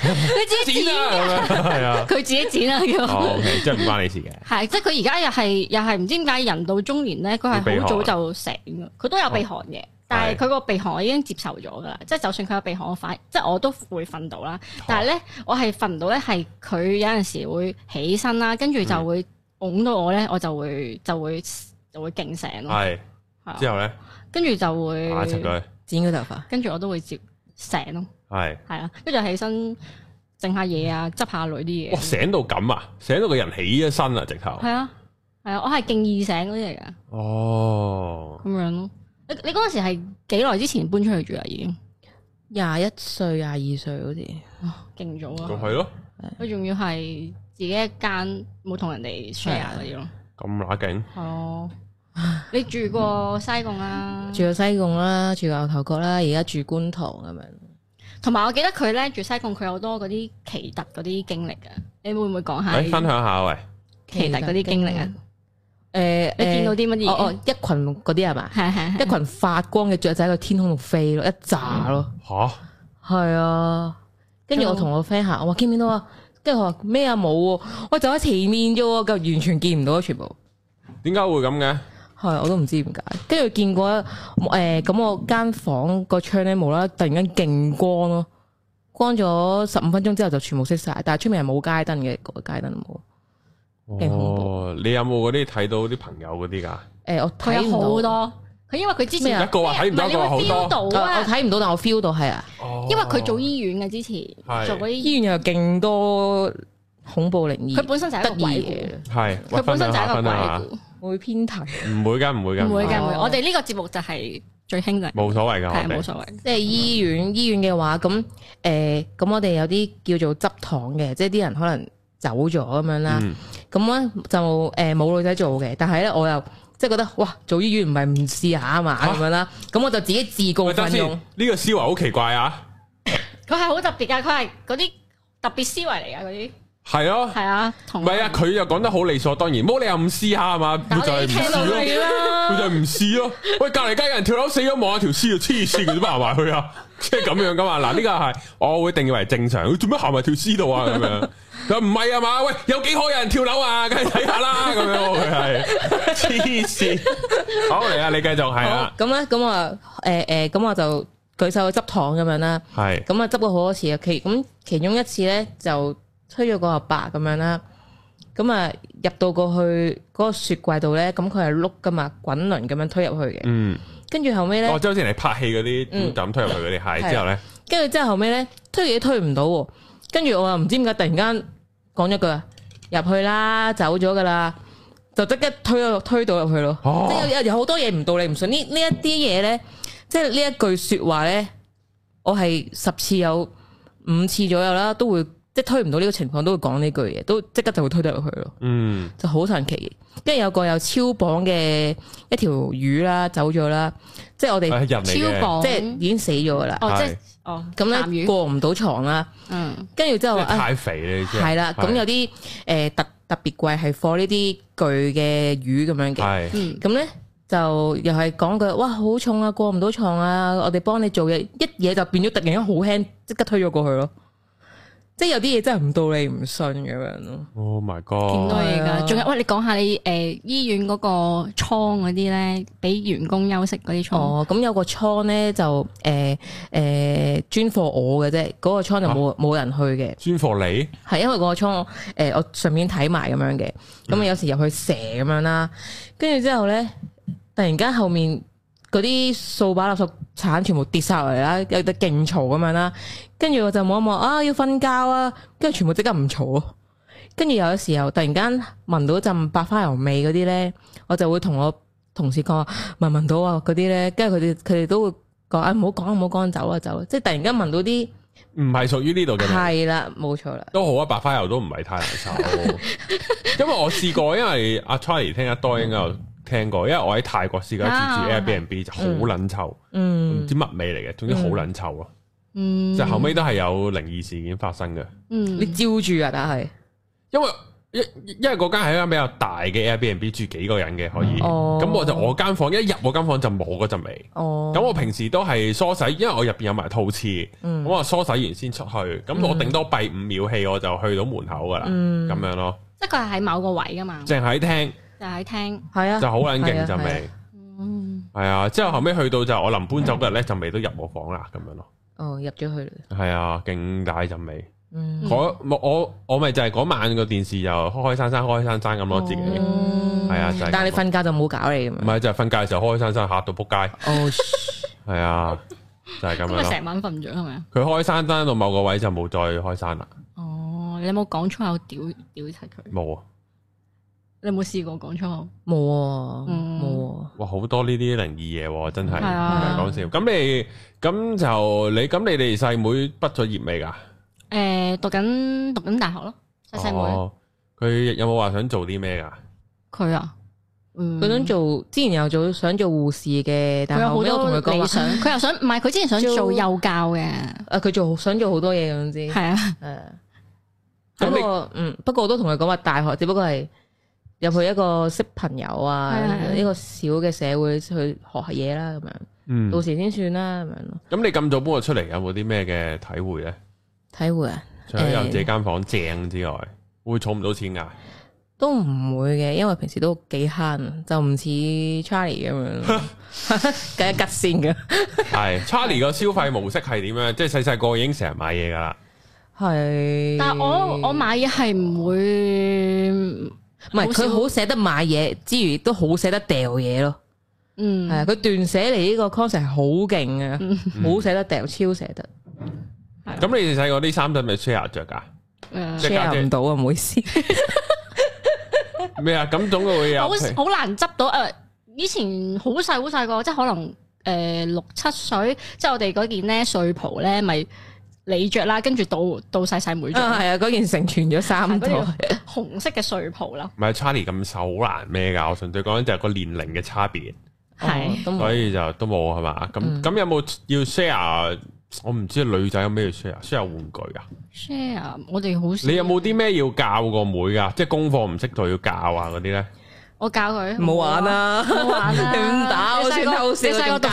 S2: 佢自己
S1: 剪
S2: 剪，
S1: 啦，係啊，
S2: 佢自己剪啊叫
S1: 哦
S2: 我。
S1: ，OK，即係唔關你事嘅，
S2: 係，即係佢而家又係又係唔知點解人到中年咧，佢
S1: 會鼻
S2: 係好早
S1: 鼾
S2: 就醒㗎佢都有鼻鼾
S1: 哦
S2: 嘅，但係佢個鼻鼾我已經接受咗㗎啦。即係就算佢有鼻鼾，我反即係我都會瞓到啦。但係咧，我係瞓唔到咧，係佢有陣時會起身啦，跟住
S1: 嗯
S2: 就會拱到我咧，我就會就會就會勁醒咯，
S1: 係
S2: 係啊
S1: 之後啊咧
S2: 跟住就會
S1: 打柒佢，
S3: 剪個頭髮，
S2: 跟住我都會接醒咯，
S1: 係
S2: 係啊，跟住起身整下嘢啊，執下女啲
S1: 哇
S2: 嘢，
S1: 醒到咁啊，醒到個人起咗身啊，直頭，
S2: 係啊係啊，我係勁易醒嗰啲嚟㗎，
S1: 哦，
S2: 咁樣咯。你你嗰陣時係幾耐之前搬出去住啊？已經
S3: 廿一歲、廿二歲好似，
S2: 勁早
S1: 仲
S2: 啊！
S1: 係咯，
S2: 佢仲要係自己一間冇同人哋 share 嗰啲咯，
S1: 咁乸勁，
S2: 係
S3: 啊
S2: 咯。你住過西貢啊啦，
S3: 住過西貢啦，住過牛頭角啦，而家住觀塘咁樣。
S2: 同埋我記得佢咧住西貢，佢有好多嗰啲奇特嗰啲經歷啊！你會唔會講下
S1: 誒分享下喂，
S2: 奇特嗰啲經歷啊？
S3: 誒，
S2: 你見到
S3: 誒
S2: 啲乜嘢？
S3: 哦哦，一群嗰啲 係嘛？
S2: 係係係
S3: 一群發光嘅雀仔喺個天空度飛咯，一炸咯，
S1: 吓
S3: 係啊。跟住我同我 friend 行，我話見唔見到啊？跟住佢話咩啊冇喎，我就喺前面啫喎，咁完全見唔到啊，全部。
S1: 點解會咁嘅？
S3: 係，我都唔知點解。跟住見過誒，咁、我間房個窗咧無啦啦突然間勁光咯，光咗十五分鐘之後就全部熄晒，但係出面係冇街燈嘅，個街燈都冇。勁恐怖
S1: 哦，你有冇嗰啲睇到啲朋友嗰啲㗎？
S3: 誒、我
S2: 佢
S3: 睇
S2: 有好
S3: 唔到，
S2: 多，佢因為佢之
S3: 咩啊
S2: 前
S1: 一個話睇唔到
S2: 係
S1: 一
S2: 你會
S1: 個話好多
S2: feel 到
S3: 啊我
S2: 啊，
S3: 睇唔到，但我 feel 到係啊。
S1: 哦
S2: 因為佢做醫院嘅之前
S1: 係
S2: 做嗰啲，
S3: 醫院又勁多恐怖靈異，
S2: 佢本身就係
S3: 得
S2: 一
S3: 意
S2: 個鬼
S3: 嘅嘢
S1: 係，
S2: 故，
S1: 喂
S2: 佢本身就係一個
S1: 分享下
S2: 鬼
S3: 我會偏題。
S1: 分享下唔會㗎，唔會㗎，
S2: 故，唔會嘅
S1: 㗎
S2: 唔會。
S3: 哦
S2: 我哋呢個節目就係最興嘅，
S1: 冇所謂㗎，
S2: 係啊冇
S1: 我哋
S2: 所謂。
S3: 即係醫院醫院嘅話，咁誒，呃咁、我哋有啲叫做執堂嘅，即係啲人可能走咗咁樣啦。
S1: 嗯
S3: 咁咧就誒冇女仔做嘅，但係咧我又即係覺得哇，做醫院唔係唔試下啊嘛
S1: 啊
S3: 咁樣啦，咁我就自己自告
S1: 喂，等
S3: 奮
S1: 先，
S3: 勇，
S1: 呢個思維好奇怪啊！
S2: 佢係好特別㗎，佢係嗰啲特別思維嚟㗎，嗰啲
S1: 係啊，
S2: 係啊，同
S1: 唔係啊，佢又講得好理所當然，冇理由唔試下係嘛，
S2: 但
S1: 佢
S2: 我
S1: 就係
S2: 哋
S1: 唔
S2: 聽到
S1: 試咯，
S2: 佢
S1: 佢
S2: 啦，
S1: 就係唔試咯。喂，隔離街有人跳樓死咗，望下條屍就黐線，佢都行埋去啊， 即係咁樣噶嘛。嗱，呢個係我會定義為正常，佢做咩行埋條屍度啊？咁樣佢話唔係啊嘛？喂，有幾可有人跳樓啊？梗係睇下啦，咁樣佢係黐 線。好嚟啊，你繼續係
S3: 好
S1: 啊，
S3: 咁咧咁啊誒誒，咁我就舉手去執堂咁樣啦，
S1: 係
S3: 咁啊執過好多次啊，其咁其中一次咧就推咗個阿伯咁樣啦。咁啊，入到過去嗰個雪櫃度咧，咁佢係碌噶嘛，滾輪咁樣推入去嘅。
S1: 嗯，
S3: 跟住後尾咧
S1: 哦，，即係好似嚟拍戲嗰啲
S3: 嗯
S1: 咁推入去嗰啲，係之後咧，
S3: 跟住之後後尾咧推嘢推唔到喎，跟住我又唔知點解突然間講咗句啊入去啦，走咗噶啦，就即刻推咗推到入去咯。即係
S1: 哦，
S3: 有有好多嘢唔到你唔信，呢呢一啲嘢咧，即係呢一句説話咧，我係十次有五次左右啦，都會即係推唔到呢個情況，都會講呢句嘢，都即刻就會推得入去咯，
S1: 嗯，
S3: 就好神奇。跟住有個有超磅嘅一條魚啦，走咗啦，即係我哋
S1: 係人哎嚟嘅
S2: 超，磅，
S3: 即係已經死咗噶啦，
S2: 哦，即
S1: 係
S2: 係哦，
S3: 咁
S2: 鹹
S3: 咧
S2: 魚，
S3: 過唔到床啦。
S2: 嗯，
S3: 跟住之後
S1: 即
S3: 話
S1: 係
S3: 啊，
S1: 太肥咧，即係
S3: 係啦，咁有啲誒特特別貴係貨呢啲巨嘅魚咁樣嘅，
S1: 係
S2: 嗯，
S3: 咁咧就又係講句哇好重啊，過唔到床啊，我哋幫你做嘢，一嘢就變咗突然間好輕，即刻推咗過去咯。即係有啲嘢真係唔到你唔信咁樣咯。
S1: ，Oh my
S2: 勁
S1: God，
S2: 多嘢
S3: 係啊
S2: 㗎。仲有喂，你講下你誒醫院嗰個倉嗰啲咧，俾員工休息嗰啲倉，
S3: 哦，咁有個倉咧就誒誒專貨我嘅啫，嗰個倉就
S1: 啊
S3: 冇冇人去嘅。
S1: 專貨你。
S3: 係因為個倉誒、呃我上面睇埋咁樣嘅，咁啊有時入去射咁樣啦，跟住之後咧，突然間後面嗰啲掃把、垃圾鏟全部跌晒落嚟啦，有得勁嘈咁樣啦，跟住我就望一望啊，要瞓覺啊，跟住全部即刻唔嘈咯，跟住有時候突然間聞到陣百花油味嗰啲咧，我就會同我同事講話聞唔聞到啊嗰啲咧，跟住佢哋佢哋都會講啊唔好講唔好講走啊走啊，即係突然間聞到啲
S1: 唔係屬於呢度嘅味，
S3: 係啦冇錯啦。
S1: 都好啊！白花油都唔係太難受， 因為我試過，因為阿 Charlie 聽得多應該有聽過，因為我喺泰國試過一次
S2: 啊
S1: 住
S2: 我係
S1: Airbnb 就好撚臭，
S3: 嗯
S1: 唔，知乜味嚟嘅，總之好撚臭咯。
S2: 嗯，
S1: 即係後尾都係有靈異事件發生嘅，
S2: 嗯
S3: 你，招住啊，但係
S1: 因為因因為嗰間係一間比較大嘅 Airbnb，住幾個人嘅可以，
S3: 哦
S1: 咁我就我間房一入我間房就冇嗰陣味。
S3: 哦，
S1: 咁我平時都係梳洗，因為我入邊有埋套廁，咁
S3: 嗯
S1: 我梳洗完先出去，咁我頂多閉五秒氣我就去到門口噶啦，
S3: 嗯
S1: 咁樣咯。
S2: 即係佢係喺某個位㗎嘛，
S1: 淨係聽
S2: 就喺廳，
S3: 係啊，
S1: 就好撚
S3: 係
S1: 勁
S3: 啊
S1: 就
S3: 係啊
S1: 未，
S2: 嗯。
S1: 係啊，之後後尾去到就我臨搬走嗰日咧就未都入我房啦咁樣咯，
S3: 哦入咗去啦，
S1: 係啊，勁大陣味。
S3: 嗯，
S1: 嗰我我我咪就係嗰晚個電視就開開閂閂開開閂閂咁咯，自己
S2: 哦
S1: 係啊就係咁
S3: 但係你瞓覺就冇搞你咁
S1: 唔
S3: 樣，
S1: 係就係瞓覺嘅時候開開閂閂嚇到仆街，
S3: 哦，
S1: 係啊，就係咁
S2: 咁
S1: 樣
S2: 咪
S1: 咯。
S2: 成晚瞓唔着係咪啊？
S1: 佢開閂閂到某個位就冇再開閂啦，
S2: 哦，你有冇講粗口屌屌柒佢？
S1: 冇啊，
S2: 你有冇試過講粗口？
S3: 冇啊，
S2: 嗯
S3: 冇啊，
S1: 哇，好多呢啲靈異嘢喎，真係唔
S2: 係啊
S1: 係講笑。咁你咁就你咁你哋細妹畢咗業未㗎？
S2: 誒，讀緊讀緊大學咯，細細妹
S1: 哦，佢有冇話想做啲咩㗎？
S2: 佢啊，嗯
S3: 佢想做之前有做想做護士嘅，但
S2: 佢有
S3: 係後
S2: 好
S3: 尾我同
S2: 多
S3: 佢講
S2: 理
S3: 話，嗯
S2: 想，佢又想唔係佢之前想
S3: 做
S2: 做幼教嘅，
S3: 啊佢做想做好多嘢總之，
S2: 係啊，
S3: 誒，
S1: 咁
S3: 不
S1: 你
S3: 過嗯，不過我都同佢講話大學只不過係入去一個識朋友啊，
S2: 係
S3: 一個小嘅社會去學下嘢啦，咁樣
S1: 嗯，
S3: 到
S1: 咁
S3: 時先算啦，咁樣咯。
S1: 你咁早搬咗出嚟，有冇啲咩嘅體會咧？
S3: 體會啊，
S1: 除咗有
S3: 誒
S1: 自己間房正之外，會儲唔到錢㗎？
S3: 都唔會嘅，因為平時都幾慳，就唔似 Charlie 咁 樣，梗係吉先嘅。
S1: 係 Charlie 個消費模式係點樣？即係細細個已經成日買嘢㗎啦。
S3: 係，
S2: 但係我我買嘢係唔會，
S3: 唔係
S2: 好
S3: 佢
S2: 少
S3: 好捨得買嘢之餘，都好捨得掉嘢咯。係啊，
S2: 嗯，
S3: 佢斷捨離呢個 concept 好勁啊，好捨得掉，超捨得
S1: 咁你哋細個啲衫仔咪 share 着㗎？
S2: 啊誒
S1: 即係家姐
S3: share 唔到啊，唔好意思。
S1: 咩啊？咁總會有
S2: 好好難執到誒。以前好細好細個，即係可能誒六七歲，即係我哋嗰件咧睡袍咧，咪你着啦，跟住到到細細妹
S3: 啊，
S2: 着
S3: 係啊，嗰件成全咗三
S2: 係
S3: 套哦
S2: 嗰，紅色嘅睡袍啦，
S1: 唔係 Charlie 咁瘦好難咩㗎？我純粹講緊就係個年齡嘅差別。
S3: 哦
S2: 係
S3: 都
S1: 所
S3: 冇。
S1: 以就都冇係嘛？
S2: 嗯
S1: 咁咁有冇要 share？我唔知女仔有咩要 share，share 玩具啊？
S2: share 我哋好少。
S1: 你有冇啲咩要教個妹噶？即係功課唔識就要教啊嗰啲咧？
S2: 我教佢？
S3: 唔好玩！啦，
S2: 唔好玩啦！
S3: 亂打
S2: 啊你
S3: 好似
S2: 細個
S3: 偷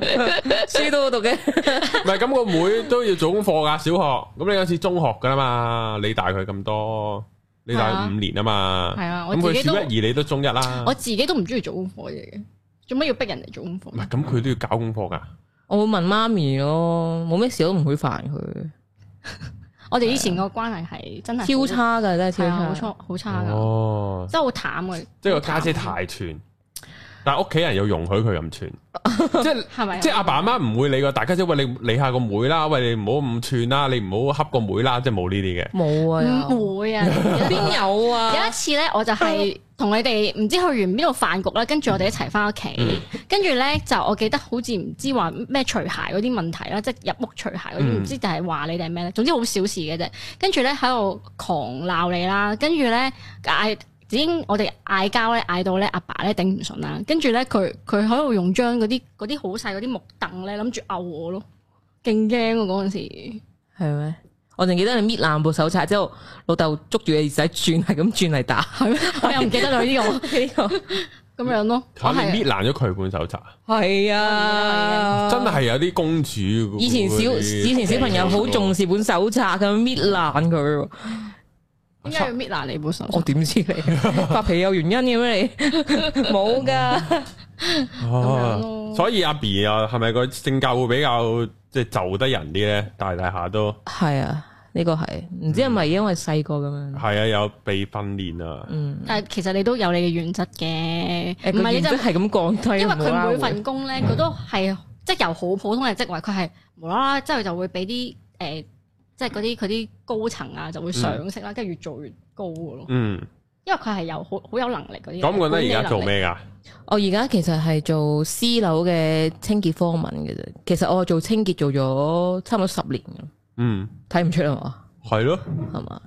S2: 你細個讀書嘅咩？
S3: 嘅咩？書都好讀嘅，
S1: 唔係咁個妹都要做功課噶，小學咁你嗰次中學噶啦嘛？你大佢咁多，你
S2: 係
S1: 大
S2: 啊
S1: 五年啊嘛？
S2: 係啊我
S1: 咁
S2: 自
S1: 佢
S2: 己
S1: 小
S2: 都
S1: 一二你都中一啦
S2: 我。自己都唔中意做功課嘅，做乜要逼人嚟做功
S1: 唔
S2: 課
S1: 係？咁佢都要搞功課噶。
S3: 我會問媽咪咯，冇咩事我都唔會煩佢，
S2: 我哋以前個關係係真係
S3: 超
S2: 好，
S3: 差噶真係
S2: 係啊，好
S3: 超差。
S2: 差好差噶，
S1: 哦，
S2: 真係好淡嘅，
S1: 即係個家姐太串，但係屋企人又容許佢咁 串，即係。
S2: 係咪啊？
S1: 即係阿爸阿媽唔會理個大家姐，喂你理下個妹啦，喂你唔好咁串啦，你唔好恰個妹啦，即係冇呢啲嘅。
S3: 冇啊，
S2: 唔會啊！
S3: 邊有啊？
S2: 有一次咧，我就係
S1: 啊
S2: 同你哋唔知去完邊度飯局啦，跟住我哋一齊翻屋
S1: 嗯
S2: 企，跟住咧就我記得好似唔知話咩除鞋嗰啲問題啦，即係入屋除鞋嗰啲，
S1: 嗯
S2: 唔知就係話你哋係咩咧，總之好小事嘅啫。跟住咧喺度狂鬧你啦，跟住咧嗌。已經我哋嗌交咧，嗌到咧阿爸咧頂唔順啦，跟住咧佢佢喺度用張嗰啲嗰啲好細嗰啲木凳咧，諗住毆我咯，勁驚我嗰 陣時。
S3: 係咩？我仲記得你搣爛部手冊之後，老豆捉住你耳仔轉，係咁轉嚟打。
S2: 係咩？我又唔記得咗呢
S3: 呢
S2: 個咁樣
S1: 嚇
S2: 咯。
S3: 哦
S2: 我
S3: 啊
S2: 係
S1: 你搣爛咗佢本手冊，
S3: 個 係啊，
S1: 真。係有啲公主嗰啲。
S3: 以前小以前小朋友好重視本手冊咁搣爛佢喎，
S1: 哦
S2: 點
S1: 啊
S2: 解要搣爛你部手？
S3: 我點知你發脾氣有原因嘅咩？你 冇噶，
S1: 啊
S2: 咁樣咯
S1: 所以阿 B 啊，係咪個性格會比較即係就得人啲咧？大大下都
S3: 係啊，呢個係唔知係咪因為細個咁樣？
S1: 係啊，有被訓練啊。
S3: 嗯，
S2: 但係其實你都有你嘅原則嘅，
S3: 誒
S2: 唔
S3: 個
S2: 係你
S3: 原
S2: 就
S3: 則係咁降低，
S2: 因為
S3: 無啦嗯
S2: 佢
S3: 啦
S2: 每份工咧，佢都係即係由好普通嘅職位，佢係無啦啦之後就會俾啲誒，即係嗰啲佢啲高層啊就會賞
S3: 嗯
S2: 識啦，跟住越做越高嘅咯。
S1: 嗯，
S2: 因為佢係有好好有能力嗰
S1: 咁覺
S2: 啲。
S1: 得
S2: 管
S1: 而
S2: 理
S1: 家做
S2: 能力？
S1: 咩㗎？
S3: 我而家其實係做私樓嘅清潔科文嘅啫，其實我做清潔做咗差唔多十年㗎啦
S1: 嗯，
S3: 睇唔出啊嘛，
S1: 係咯，
S3: 係嘛？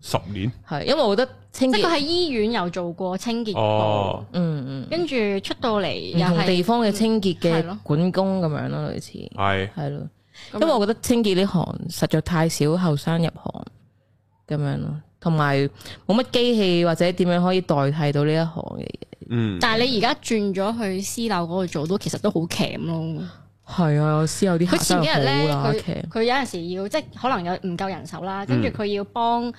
S1: 十年
S3: 係因為我覺得清
S2: 即係佢
S3: 潔，
S2: 喺醫院又做過清潔
S1: 哦
S2: 部，，
S3: 嗯嗯，
S2: 跟住出到嚟
S3: 唔
S2: 又
S3: 同地
S2: 係
S3: 方嘅清潔
S2: 係
S3: 嘅
S2: 咯
S3: 管工咁樣咯，類似
S1: 係
S3: 係咯。
S2: 咁啊
S3: 因
S2: 樣
S3: 為我覺得清潔呢行實在太少後生入行咁樣咯，同埋冇乜機器或者點樣可以代替到呢一行嘅嘢。
S1: 嗯，
S2: 但係你而家轉咗去私樓嗰度做都其實都好鉗咯。
S3: 係啊，我私有啲
S2: 佢
S3: 客
S2: 前
S3: 真
S2: 幾日咧，
S3: 係好乸
S2: 佢
S3: 劇。
S2: 佢有陣時要即係可能有唔夠人手
S3: 嗯
S2: 啦，跟住佢要幫誒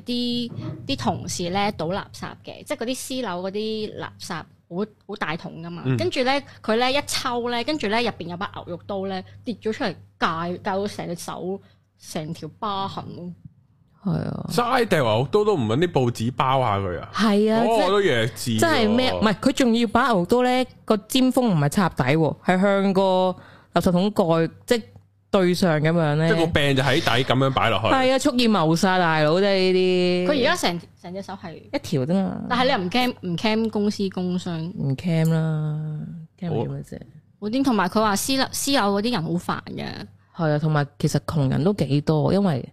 S2: 啲啲同事咧倒垃圾嘅，即係嗰啲私樓嗰啲垃圾好好大桶噶嘛
S1: 嗯。
S2: 跟住咧佢咧一抽咧，跟住咧入邊有把牛肉刀咧跌咗出嚟，界界到成隻手成條疤痕咯。
S3: 係啊，
S1: 齋掉牛刀都唔揾啲報紙包下佢啊！
S3: 係啊，
S1: 哦，
S3: 即
S1: 我
S3: 係
S1: 都弱智喎。
S3: 真係咩？唔係佢仲要把牛刀咧個尖鋒唔係插底喎，係向個垃圾桶蓋，即係對上咁樣
S1: 即
S3: 咧
S1: 係個，病就喺底咁樣擺落去，
S3: 係啊，蓄意謀殺大佬即係呢啲。
S2: 佢而家成成隻手係，
S3: 一條啫嘛，
S2: 但係你又唔 cam 唔 cam 公司工傷，
S3: 唔 cam 啦，cam
S1: 好
S3: 點嘅啫。
S2: 好啲。同埋佢話私樓私樓嗰啲人好煩嘅，
S3: 係啊，同埋其實窮人都幾多，因為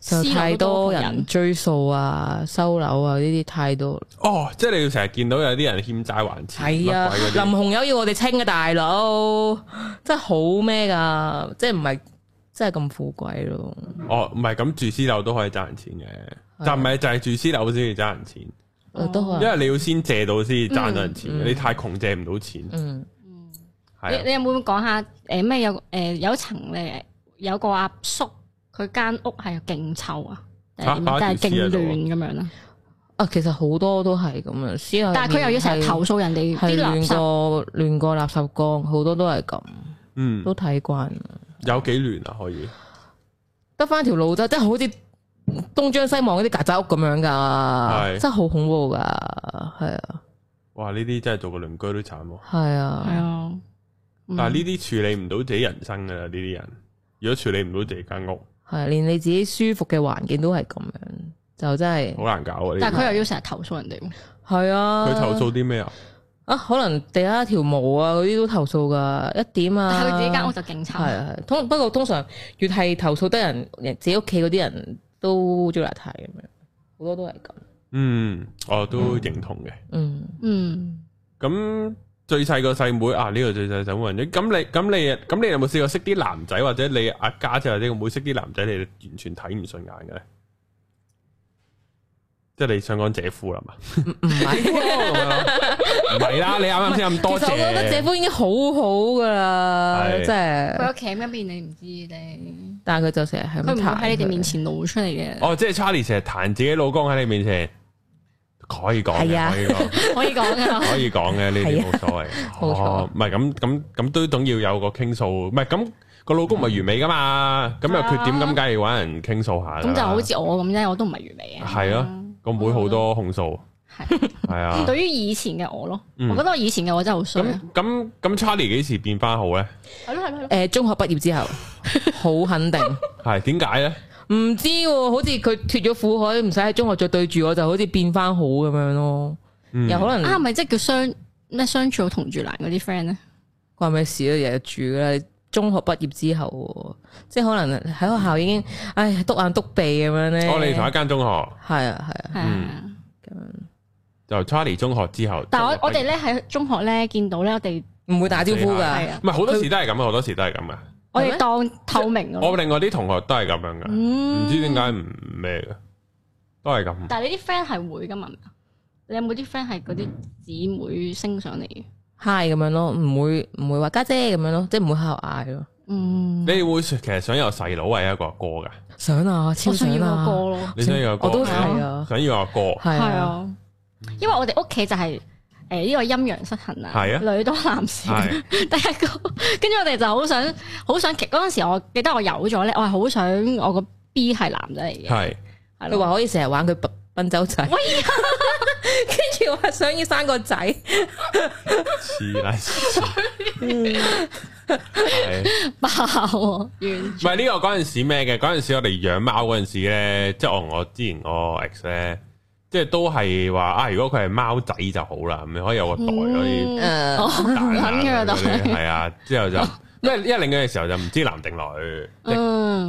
S3: 就太多
S2: 私樓都多窮
S3: 人
S2: 人
S3: 追數啊、收樓啊呢啲太多。
S1: 哦，即係你成日見到有啲人欠債還錢，
S3: 係
S1: 乜
S3: 啊，
S1: 鬼嗰
S3: 林
S1: 啲
S3: 紅友要我哋清嘅大佬，真係好咩噶，即係唔係真係咁富貴咯。
S1: 哦，唔係咁住私樓都可以爭人錢嘅，
S3: 係
S1: 就唔係就係住私樓先至爭人錢，
S3: 我呃都
S2: 哦
S3: 可
S1: 因
S3: 能
S1: 為你要先借到先至爭到人錢嘅，
S3: 啊嗯
S1: 你太窮借唔到錢，
S3: 嗯，
S1: 係
S2: 你
S1: 啊
S2: 你有冇講下誒咩有誒有一層咧有個阿叔佢間屋係勁臭啊，定
S1: 嚇
S2: 係點
S1: 搞一條
S2: 定係勁
S1: 屍喺度啊
S2: 亂咁樣啦？
S3: 啊，其實好多都係咁樣，私樓入面
S2: 但係佢又要成日
S3: 係
S2: 投訴人哋
S3: 係
S2: 啲垃
S3: 亂
S2: 圾，
S3: 過亂過垃圾缸，好多都係咁，
S1: 嗯，
S3: 都睇慣。
S1: 有幾亂啊可以，
S3: 得翻條路啫，即係好似東張西望嗰啲曱甴屋咁樣噶，
S1: 係
S3: 真係好恐怖噶，係啊，
S1: 哇呢啲真係做個鄰居都慘喎。
S3: 係
S2: 係
S3: 啊，
S2: 啊。嗯
S1: 但係呢啲處理唔到自己人生噶啦，呢啲人如果處理唔到自己間屋，
S3: 係啊，連你自己舒服嘅環境都係咁樣，就真係
S1: 好難搞啊！呢
S2: 但係佢
S1: 啲
S2: 又要成日投訴人哋喎，
S3: 係啊。
S1: 佢投訴啲咩啊？
S3: 啊，可能地下條毛啊嗰啲都投訴噶，一點啊，
S2: 但係佢自己間屋就勁臭
S3: 係。啊係通不過通常越係投訴得人，人自己屋企嗰啲人都最邋遢咁樣，好多都係咁，
S1: 嗯，我都認同嘅。
S3: 嗯，
S2: 嗯，
S1: 咁最細個細妹啊，呢個最細細妹，咁你咁你咁你有冇試過識啲男仔或者你阿家姐或者個妹識啲男仔，你完全睇唔順眼嘅咧？即係你想講姐夫啦嘛？
S3: 唔係。
S1: 唔係啦，你啱啱先咁多
S3: 其實我覺得姐
S1: 謝，
S3: 夫已經好好噶啦，
S1: 係
S3: 即係。
S2: 佢有企喺邊，你唔知你，
S3: 但系佢就成日係
S2: 佢
S3: 咁
S2: 唔
S3: 彈
S2: 會喺你哋面。前露出嚟 嘅，
S1: 哦，即係 Charlie 成日彈自己老公喺你面前，可以講
S3: 係
S1: 嘅，
S3: 啊
S1: 可以講。
S2: 可以講嘅。
S1: 可以講嘅呢啲冇所謂，
S3: 冇錯
S1: 哦唔係咁咁咁都總要有個傾訴，唔係咁個老公唔係完美噶嘛，咁有缺點咁梗係揾人傾訴下㗎啦
S2: 咁就好似我咁啫，我都唔係完美嘅。
S1: 係啊，個妹好多控訴，
S2: 係
S1: 係啊，
S2: 對於以前嘅我咯，
S1: 嗯
S2: 我覺得我以前嘅我真係好衰啊。
S1: 咁咁咁 Charlie 幾時變翻好咧？
S2: 係咯係咯係咯，
S3: 诶、中學畢業 之後，好肯定。
S1: 係點解咧？
S3: 唔知喎，好似佢脱咗苦海，唔使喺中學再對住我，就好似變翻好咁樣咯。
S1: 嗯
S3: 又可
S2: 啊，
S3: 能
S2: 咪即係叫相咩相處好同住難嗰啲 friend 咧？
S3: 關咩事咧？日日住㗎啦。中學畢業之後喎，即係可能喺學校已經，唉，篤眼篤鼻咁樣咧。
S1: 我哦哋同一間中學，
S3: 係啊係
S1: 嗯
S3: 啊，
S2: 係啊。
S3: 咁樣
S1: 就 Charlie 中學之後，
S2: 但係我我
S1: 就
S2: 哋咧喺中學咧見到咧，我哋
S1: 啊
S3: 唔會打招呼
S2: 係
S3: 㗎。
S2: 啊，
S1: 唔係好多時都係咁啊，好多時都係咁嘅。
S2: 我
S3: 係
S2: 哋
S3: 咩
S2: 當透明咯。
S1: 我另外啲同學都係咁樣嘅，
S2: 唔
S1: 唔知點解唔咩嘅，都係咁。
S2: 但係你啲 friend 係會噶嘛？你有冇啲 friend 係嗰啲姊妹升上嚟嘅？
S3: 嗨咁樣咯，唔會唔會話家姐咁樣咯，即係唔會喺度嗌咯。
S2: 嗯，
S1: 你會其實想有細佬係一個哥㗎？
S3: 想啊，超
S2: 我想
S3: 想
S2: 要個
S3: 啊
S2: 歌，咯，
S1: 你想要個
S3: 我
S1: 哥，
S3: 都
S1: 係
S3: 係啊，
S1: 想要阿哥，
S3: 係
S2: 係
S3: 啊。
S2: 啊，因為我哋屋企就係誒呢個陰陽失衡啊，
S1: 係啊
S2: 女多男少，
S1: 係
S2: 第一個，跟住我哋就好想好想其嗰陣時，我記得我有咗咧，我係好想我個 B 係男仔嚟嘅，
S1: 係
S2: 係
S3: 佢
S2: 咯
S3: 話可以成日玩佢奔奔走仔， 跟住話想要生個仔，
S1: 黐啦，係
S2: 爆喎，完
S1: 唔係呢個嗰陣時咩嘅？嗰陣時我哋養貓嗰陣時咧，即係我同我之前我 ex 咧，即係都係話啊，如果佢係貓仔就好啦，咁你可以有個袋可
S2: 嗯
S1: 以
S3: 诶，
S2: 哦
S1: 彈下
S2: 揾佢
S1: 嗰
S2: 個袋
S1: 啲，係啊，之後就因為因為領養嘅時候就唔知男定女，亦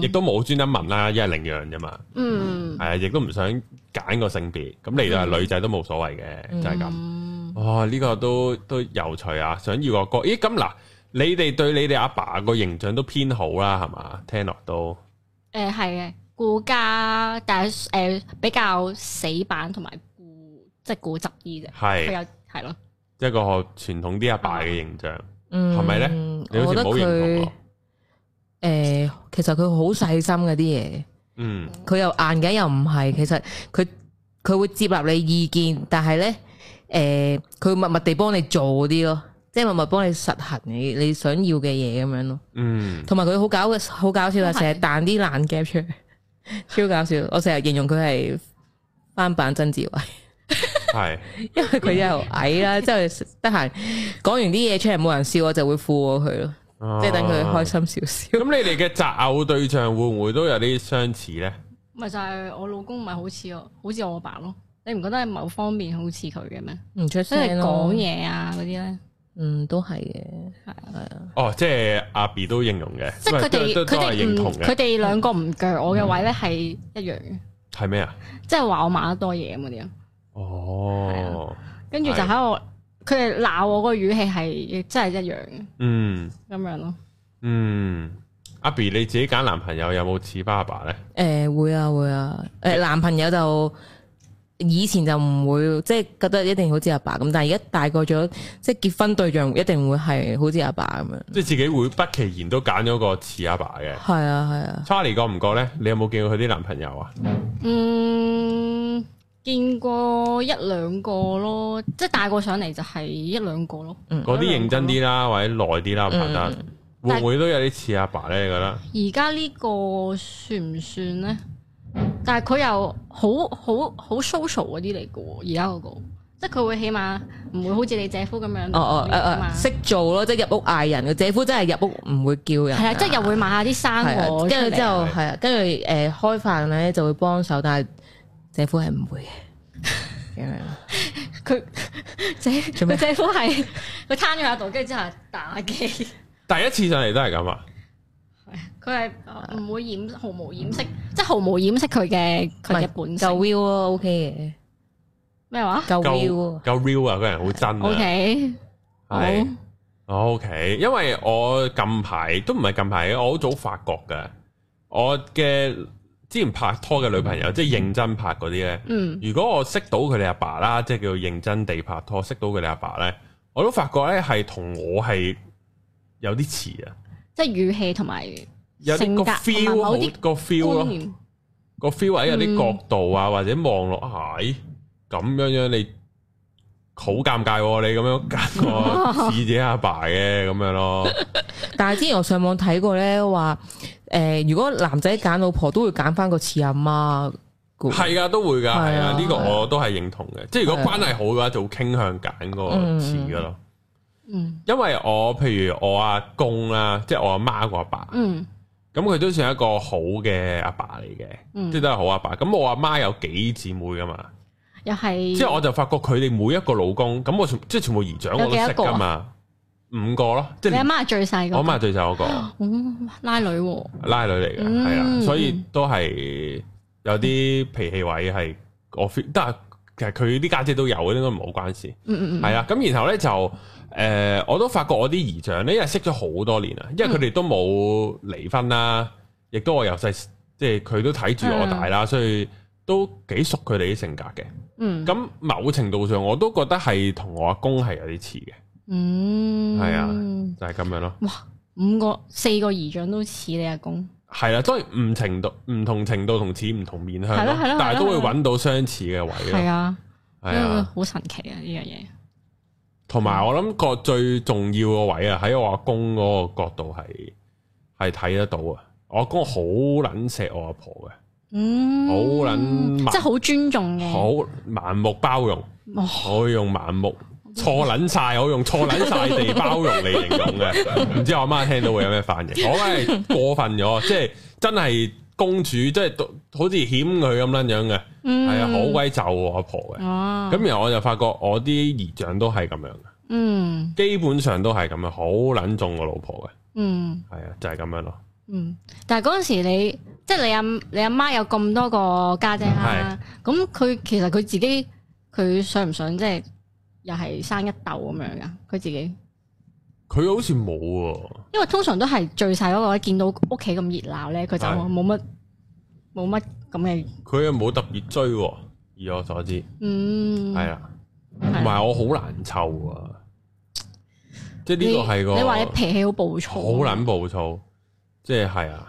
S1: 亦
S2: 嗯
S1: 都冇專登問啦，因為領養啫嘛，
S2: 嗯
S1: 係啊，亦都唔想揀個性別，咁嚟到係女仔都冇所謂嘅，就係咁。
S2: 咁，
S1: 哇！哦呢、個都都有趣啊！想要個哥，咦咁嗱，你哋對你哋阿爸個形象都偏好啦，係嘛？聽落都
S2: 誒係嘅，顧家但係誒比較死板同埋固即係固執啲啫，佢
S1: 係
S2: 有係啊咯，
S1: 一個傳統啲阿爸嘅形象，
S3: 係
S1: 係咪咧？你好
S3: 嗯我
S1: 似
S3: 覺得
S1: 冇認同
S3: 佢
S1: 我。
S3: 诶，其實佢好細心嗰啲嘢，
S1: 嗯，
S3: 佢又硬頸又唔係，其實佢佢會接納你意見，但係咧，诶，佢默默地幫你做嗰啲咯，即係默默幫你實行你你想要嘅嘢咁樣咯。
S1: 嗯，
S3: 同埋佢好搞嘅，好搞笑啊！
S2: 都係
S3: 成日彈啲爛夾出嚟， 超搞笑。我成日形容佢係翻版曾志偉。
S1: 係
S3: 因為佢又矮啦，之後得閒講完啲嘢出嚟冇人笑，我就會附和佢咯。即係等佢開心少少。
S1: 哦咁你哋嘅擇偶對象會唔會都有啲相似咧？
S2: 咪就係我老公咪好似我，好似我阿爸咯。你唔覺得係某方面好似佢嘅咩？
S3: 唔出
S2: 即係
S3: 聲咯
S2: 哦講，嘢啊嗰啲咧，
S3: 嗯，都係嘅，
S1: 哦，即係阿 B 都形容嘅，
S2: 即係佢哋
S1: 啊都都
S2: 佢
S1: 都係
S2: 哋
S1: 認
S2: 唔
S1: 同
S2: 佢
S1: 嘅，嗯
S2: 哋兩個唔鋸我嘅位咧係一樣嘅，
S1: 係咩啊？
S2: 即係話我買得多嘢咁嗰啲咯。
S1: 哦，
S2: 跟住就喺我佢哋鬧我個語氣係真係一樣嘅
S1: 嗯
S2: 咁樣咯。
S1: 嗯，阿 B 你自己揀男朋友有冇似爸爸咧？
S3: 诶、會啊會啊，诶、男朋友就以前就唔會，即係覺得一定好似阿爸咁，但係而家大個咗，即係結婚對象一定會係好似阿爸咁樣。
S1: 即係自己會不其然都揀咗個似阿爸嘅。
S3: 係啊係啊，
S1: Charlie 覺唔覺咧？你有冇見過佢啲男朋友啊？
S2: 嗯，見過一兩個咯，即係大個上嚟就係一兩個咯。
S1: 嗰啲認真啲啦，或者耐啲啦，唔
S3: 嗯
S1: 得，
S3: 嗯
S1: 會唔會都有啲似阿爸咧？你覺得？
S2: 而家呢個算唔算呢？但係佢又好好好 social 嗰啲嚟嘅喎，而家嗰個，即係佢會起碼唔會好似你姐夫咁樣
S3: 哦哦誒
S2: 嘛
S3: 誒，識做咯，即係入屋嗌人嘅姐夫真係入屋唔會叫人啊。
S2: 係啊，即係又會買下啲生
S3: 係
S2: 果出嚟啊，
S3: 啊，跟住之後
S1: 嚟啊
S3: 係啊，跟住誒開飯咧就會幫手，但係姐夫係唔 會嘅。咁樣
S2: 佢姐
S3: 做咩
S2: 佢姐夫係佢攤咗喺度，跟住之後打機，
S1: 第一次上嚟都係咁啊！
S2: 佢係呃唔會掩毫無掩飾，即係毫無掩飾佢嘅佢嘅本
S3: 夠
S2: 性
S3: view 咯，OK
S2: 咩話
S3: 嘅，夠 view
S1: 夠
S3: 啊
S1: 夠 real 啊！個人好真
S2: ？O
S1: 啊，
S2: K，
S1: 係 O K。因為我近排都唔係近排，我好早發覺嘅。我嘅之前拍拖嘅女朋
S3: 嗯
S1: 友，即係認真拍嗰啲咧。
S2: 嗯，
S1: 如果我識到佢哋阿爸啦，即係叫認真地拍拖，識到佢哋阿爸咧，我都發覺咧係同我係有啲似啊，
S2: 即係語氣同埋
S1: 有啲
S2: 性
S1: 個
S2: 格同埋
S1: feel 啊
S2: 某
S1: 好
S2: 啲
S1: 個 feel
S2: 觀
S1: 咯。
S2: 念。嗯
S1: 個 feel 或者有啲角度啊，或者望落啊，咦咁樣樣你好尷尬喎、你咁樣 揀個似者阿爸嘅咁樣咯，
S3: 但係之前我上網睇過咧，話誒如果男仔揀老婆都會揀翻個似阿媽嘅喎。
S1: 係噶都會噶，
S3: 啊
S1: 係啊，呢個
S3: 係啊
S1: 我都係認同嘅。即係如果
S3: 係啊
S1: 關係好嘅話，就會傾向揀個似噶咯。
S2: 嗯
S1: 因為我譬如我阿公啦，即係我阿媽個阿爸，
S2: 嗯
S1: 咁佢都算一個好嘅阿爸嚟嘅，
S2: 嗯
S1: 即係，都係好阿爸。咁我阿媽有幾姊妹噶嘛？
S2: 又係
S1: 即系我就發覺佢哋每一個老公，咁我全即系全部姨丈我都
S2: 有
S1: 識
S2: 幾多
S1: 噶
S2: 個啊
S1: 嘛，五個咯，即
S2: 你
S1: 系
S2: 阿媽係最細嗰個
S1: 我阿媽最細嗰個
S2: 哦拉女喎，
S1: 拉女嚟嘅，
S2: 嗯
S1: 係啊，所以都係有啲脾氣位係我 feel，但係其實佢啲家姐都有，應該唔好關事，
S2: 嗯嗯嗯，
S1: 係啊。咁然後咧就诶，呃我都發覺我啲姨丈咧，因為識咗好多年啦，啊
S2: 嗯
S1: 因為佢哋都冇離婚啦，亦都我由細即係佢都睇住我大啦，所以都幾熟佢哋啲性格嘅。
S2: 嗯
S1: 咁某程度上，我都覺得係同我阿公係有啲似嘅，
S2: 嗯
S1: 係啊就係、咁樣咯。
S2: 五個四個姨丈都似你阿公，
S1: 係啦，當然唔程度、唔同程度同似唔同面向
S2: 係
S1: 咯
S2: 咯係咯，
S1: 但係都會
S2: 係咯
S1: 揾到相似嘅位
S2: 係
S1: 咯。
S2: 啊，
S1: 係
S2: 因為
S1: 啊，
S2: 好神奇啊呢樣嘢，
S1: 同埋我諗個最重要嘅位啊，喺我阿公嗰個角度係係睇得到啊。我阿公好撚錫我阿婆
S2: 嗯，
S1: 好撚密
S2: 即係好尊重
S1: 嘅，
S2: 嘅，
S1: 好盲目包容，
S2: 哇，
S1: 我會用盲目。錯撚晒，我用錯撚晒地包容嚟形容嘅，唔知我阿媽聽到會有咩反應？我梗係過分咗，即係真係公主，即係都好似險佢咁撚樣嘅，
S2: 嗯
S1: 係啊，好鬼就我阿婆嘅。
S2: 哦，
S1: 咁然後我就發覺我啲姨丈都係咁樣嘅，
S2: 嗯
S1: 基本上都係咁樣，好撚中我老婆
S2: 嗯
S1: 嘅，係啊，就係咁樣咯。
S2: 嗯，但係嗰陣時你即係你阿你阿媽有咁多個家姐啦，咁佢其實佢自己佢想唔想即係又係生一竇咁樣噶？佢自己。
S1: 佢好似冇喎，
S2: 因為通常都係最細嗰個，一見到屋企咁熱鬧咧，佢就
S1: 係
S2: 冇乜冇乜咁嘅，
S1: 佢又冇特別追喎，以我所知
S2: 嗯，
S1: 係啦，
S2: 係
S1: 同埋我好難湊啊，即係呢個係個
S2: 你你話你脾氣好暴躁，啊
S1: 好撚暴躁，即係係啊，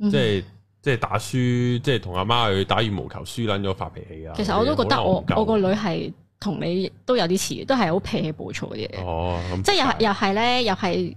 S2: 嗯，
S1: 即係即係打輸，即係同阿媽去打羽毛球輸撚咗發脾氣啊！
S2: 其實我都覺得我
S1: 好撚戇鳩
S2: 我個女係同你都有啲似，都係好脾氣暴躁嗰啲嘢，
S1: 哦，咁
S2: 即係又係又係咧，又係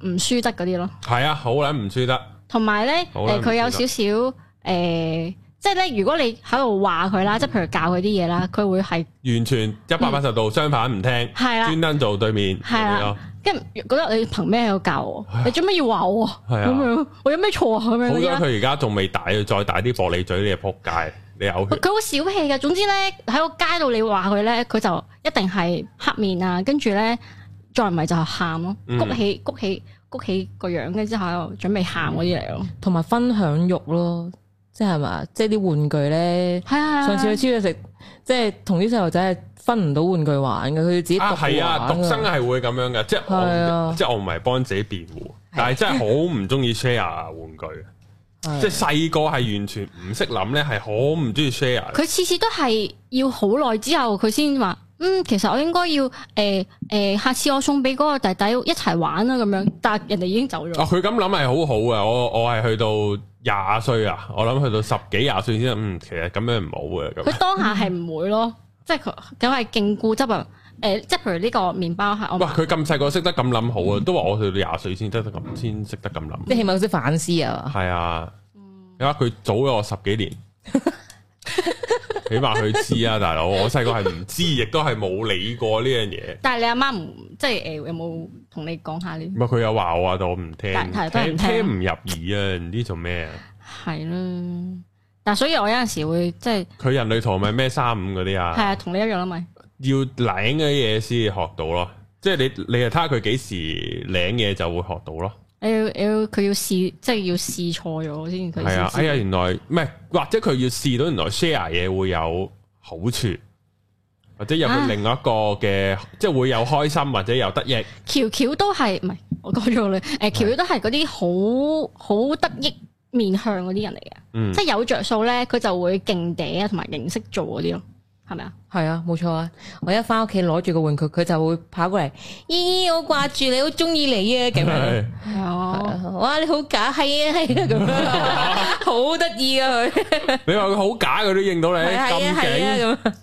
S2: 誒唔輸得嗰啲咯，
S1: 係啊，好撚唔輸得，
S2: 同埋咧呃
S1: 好啦
S2: 誒佢有
S1: 唔知
S2: 少少誒即係咧，如果你喺度話佢
S1: 嗯
S2: 啦，即係譬如教佢啲嘢啦，佢會係
S1: 完全一百八十度相反唔聽，
S2: 嗯係啊啦
S1: 專登做對面
S2: 係啦
S1: 咁樣咯
S2: 跟住覺得你憑咩喺度教我？你做咩要話我啊？
S1: 係啊
S2: 咁樣我有咩錯啊？咁樣
S1: 好
S2: 嗰啲
S1: 咗
S2: 啦
S1: 佢而家仲未大，佢再大啲玻璃嘴，你就仆街，你有血。
S2: 佢好小氣嘅，總之咧喺個街度你話佢咧，佢就一定係黑面啊，跟住咧再唔係就係喊咯，
S1: 嗯
S2: 谷起谷起谷起個樣，跟住之後喺度準備喊嗰啲嚟咯。
S3: 同埋分享欲咯，即係嘛，即係啲玩具咧。
S2: 係啊，
S3: 上次去超市食，即係同啲細路仔係分唔到玩具玩嘅，佢要自己
S1: 啊，係
S3: 係
S1: 啊，獨生係會咁樣嘅，即係
S3: 係
S1: 我
S3: 啊
S1: 即係我唔係幫自己辯護，但係真係好唔中意 share 玩具，即係細個係完全唔識諗咧，係好唔中意 share。
S2: 佢次次都係要好耐之後佢先話，嗯，其實我應該要誒誒、呃下次我送俾嗰個弟弟一齊玩啊啦咁樣，但係人哋已經走咗
S1: 哦，。佢咁諗係好好嘅，我我係去到廿歲啊，我諗去到十幾廿歲先，嗯，其實咁樣唔好嘅，咁
S2: 佢當下係唔會咯，即係佢梗係勁固執啊！誒、即係譬如呢個麵包客，我
S1: 哇，佢咁細個識得咁諗好啊，都話我去到廿歲先得得咁先識得咁
S3: 即
S1: 諗，
S3: 係起碼佢識反思啊。
S1: 係啊，
S2: 嗯
S1: 你話佢早咗我十幾 年，起碼佢知啊，大佬，我細個係唔知，亦都係冇理過呢樣嘢。
S2: 但係你阿媽唔即係誒、呃有冇同你講下呢？
S1: 唔係佢有話我啊，但我唔聽，
S2: 但係都係
S1: 聽
S2: 唔聽
S1: 聽唔入耳啊！唔知做咩啊？
S2: 係啦，但係所以我有陣時會即係
S1: 佢人類圖咪咩三五嗰啲
S2: 係
S1: 啊，
S2: 啊，同你一樣啦咪。
S1: 要領嘅嘢先學到咯。即係你你係睇下佢幾時領嘢就會學到咯。
S2: 你要你要佢要試，即係要試錯咗先佢
S1: 係
S2: 先
S1: 啊，哎
S2: 知。
S1: 呀，原來唔係，或者佢要試到原來 share 嘢會有好處，或者有佢
S2: 啊
S1: 另外一個嘅，即係會有開心或者有得益。
S2: 喬喬都係唔係我講咗你誒喬喬都係嗰啲好好得益面向嗰啲人嚟嘅，
S1: 嗯
S2: 即係有着數咧，佢就會勁嗲啊，同埋認識做嗰啲咯，係咪啊？
S3: 係啊，冇錯啊！我一翻屋企攞住個玩具，佢就會跑過嚟，姨姨，我掛住你，好中意你啊！ 咁樣，
S2: 係啊，
S3: 哇，你好假，係啊，係啊，咁樣，好得意啊佢，
S1: 你話佢好假，佢都應到你
S3: 係啊，係
S1: 咁
S3: 啊，係
S1: 勁，
S3: 啊，咁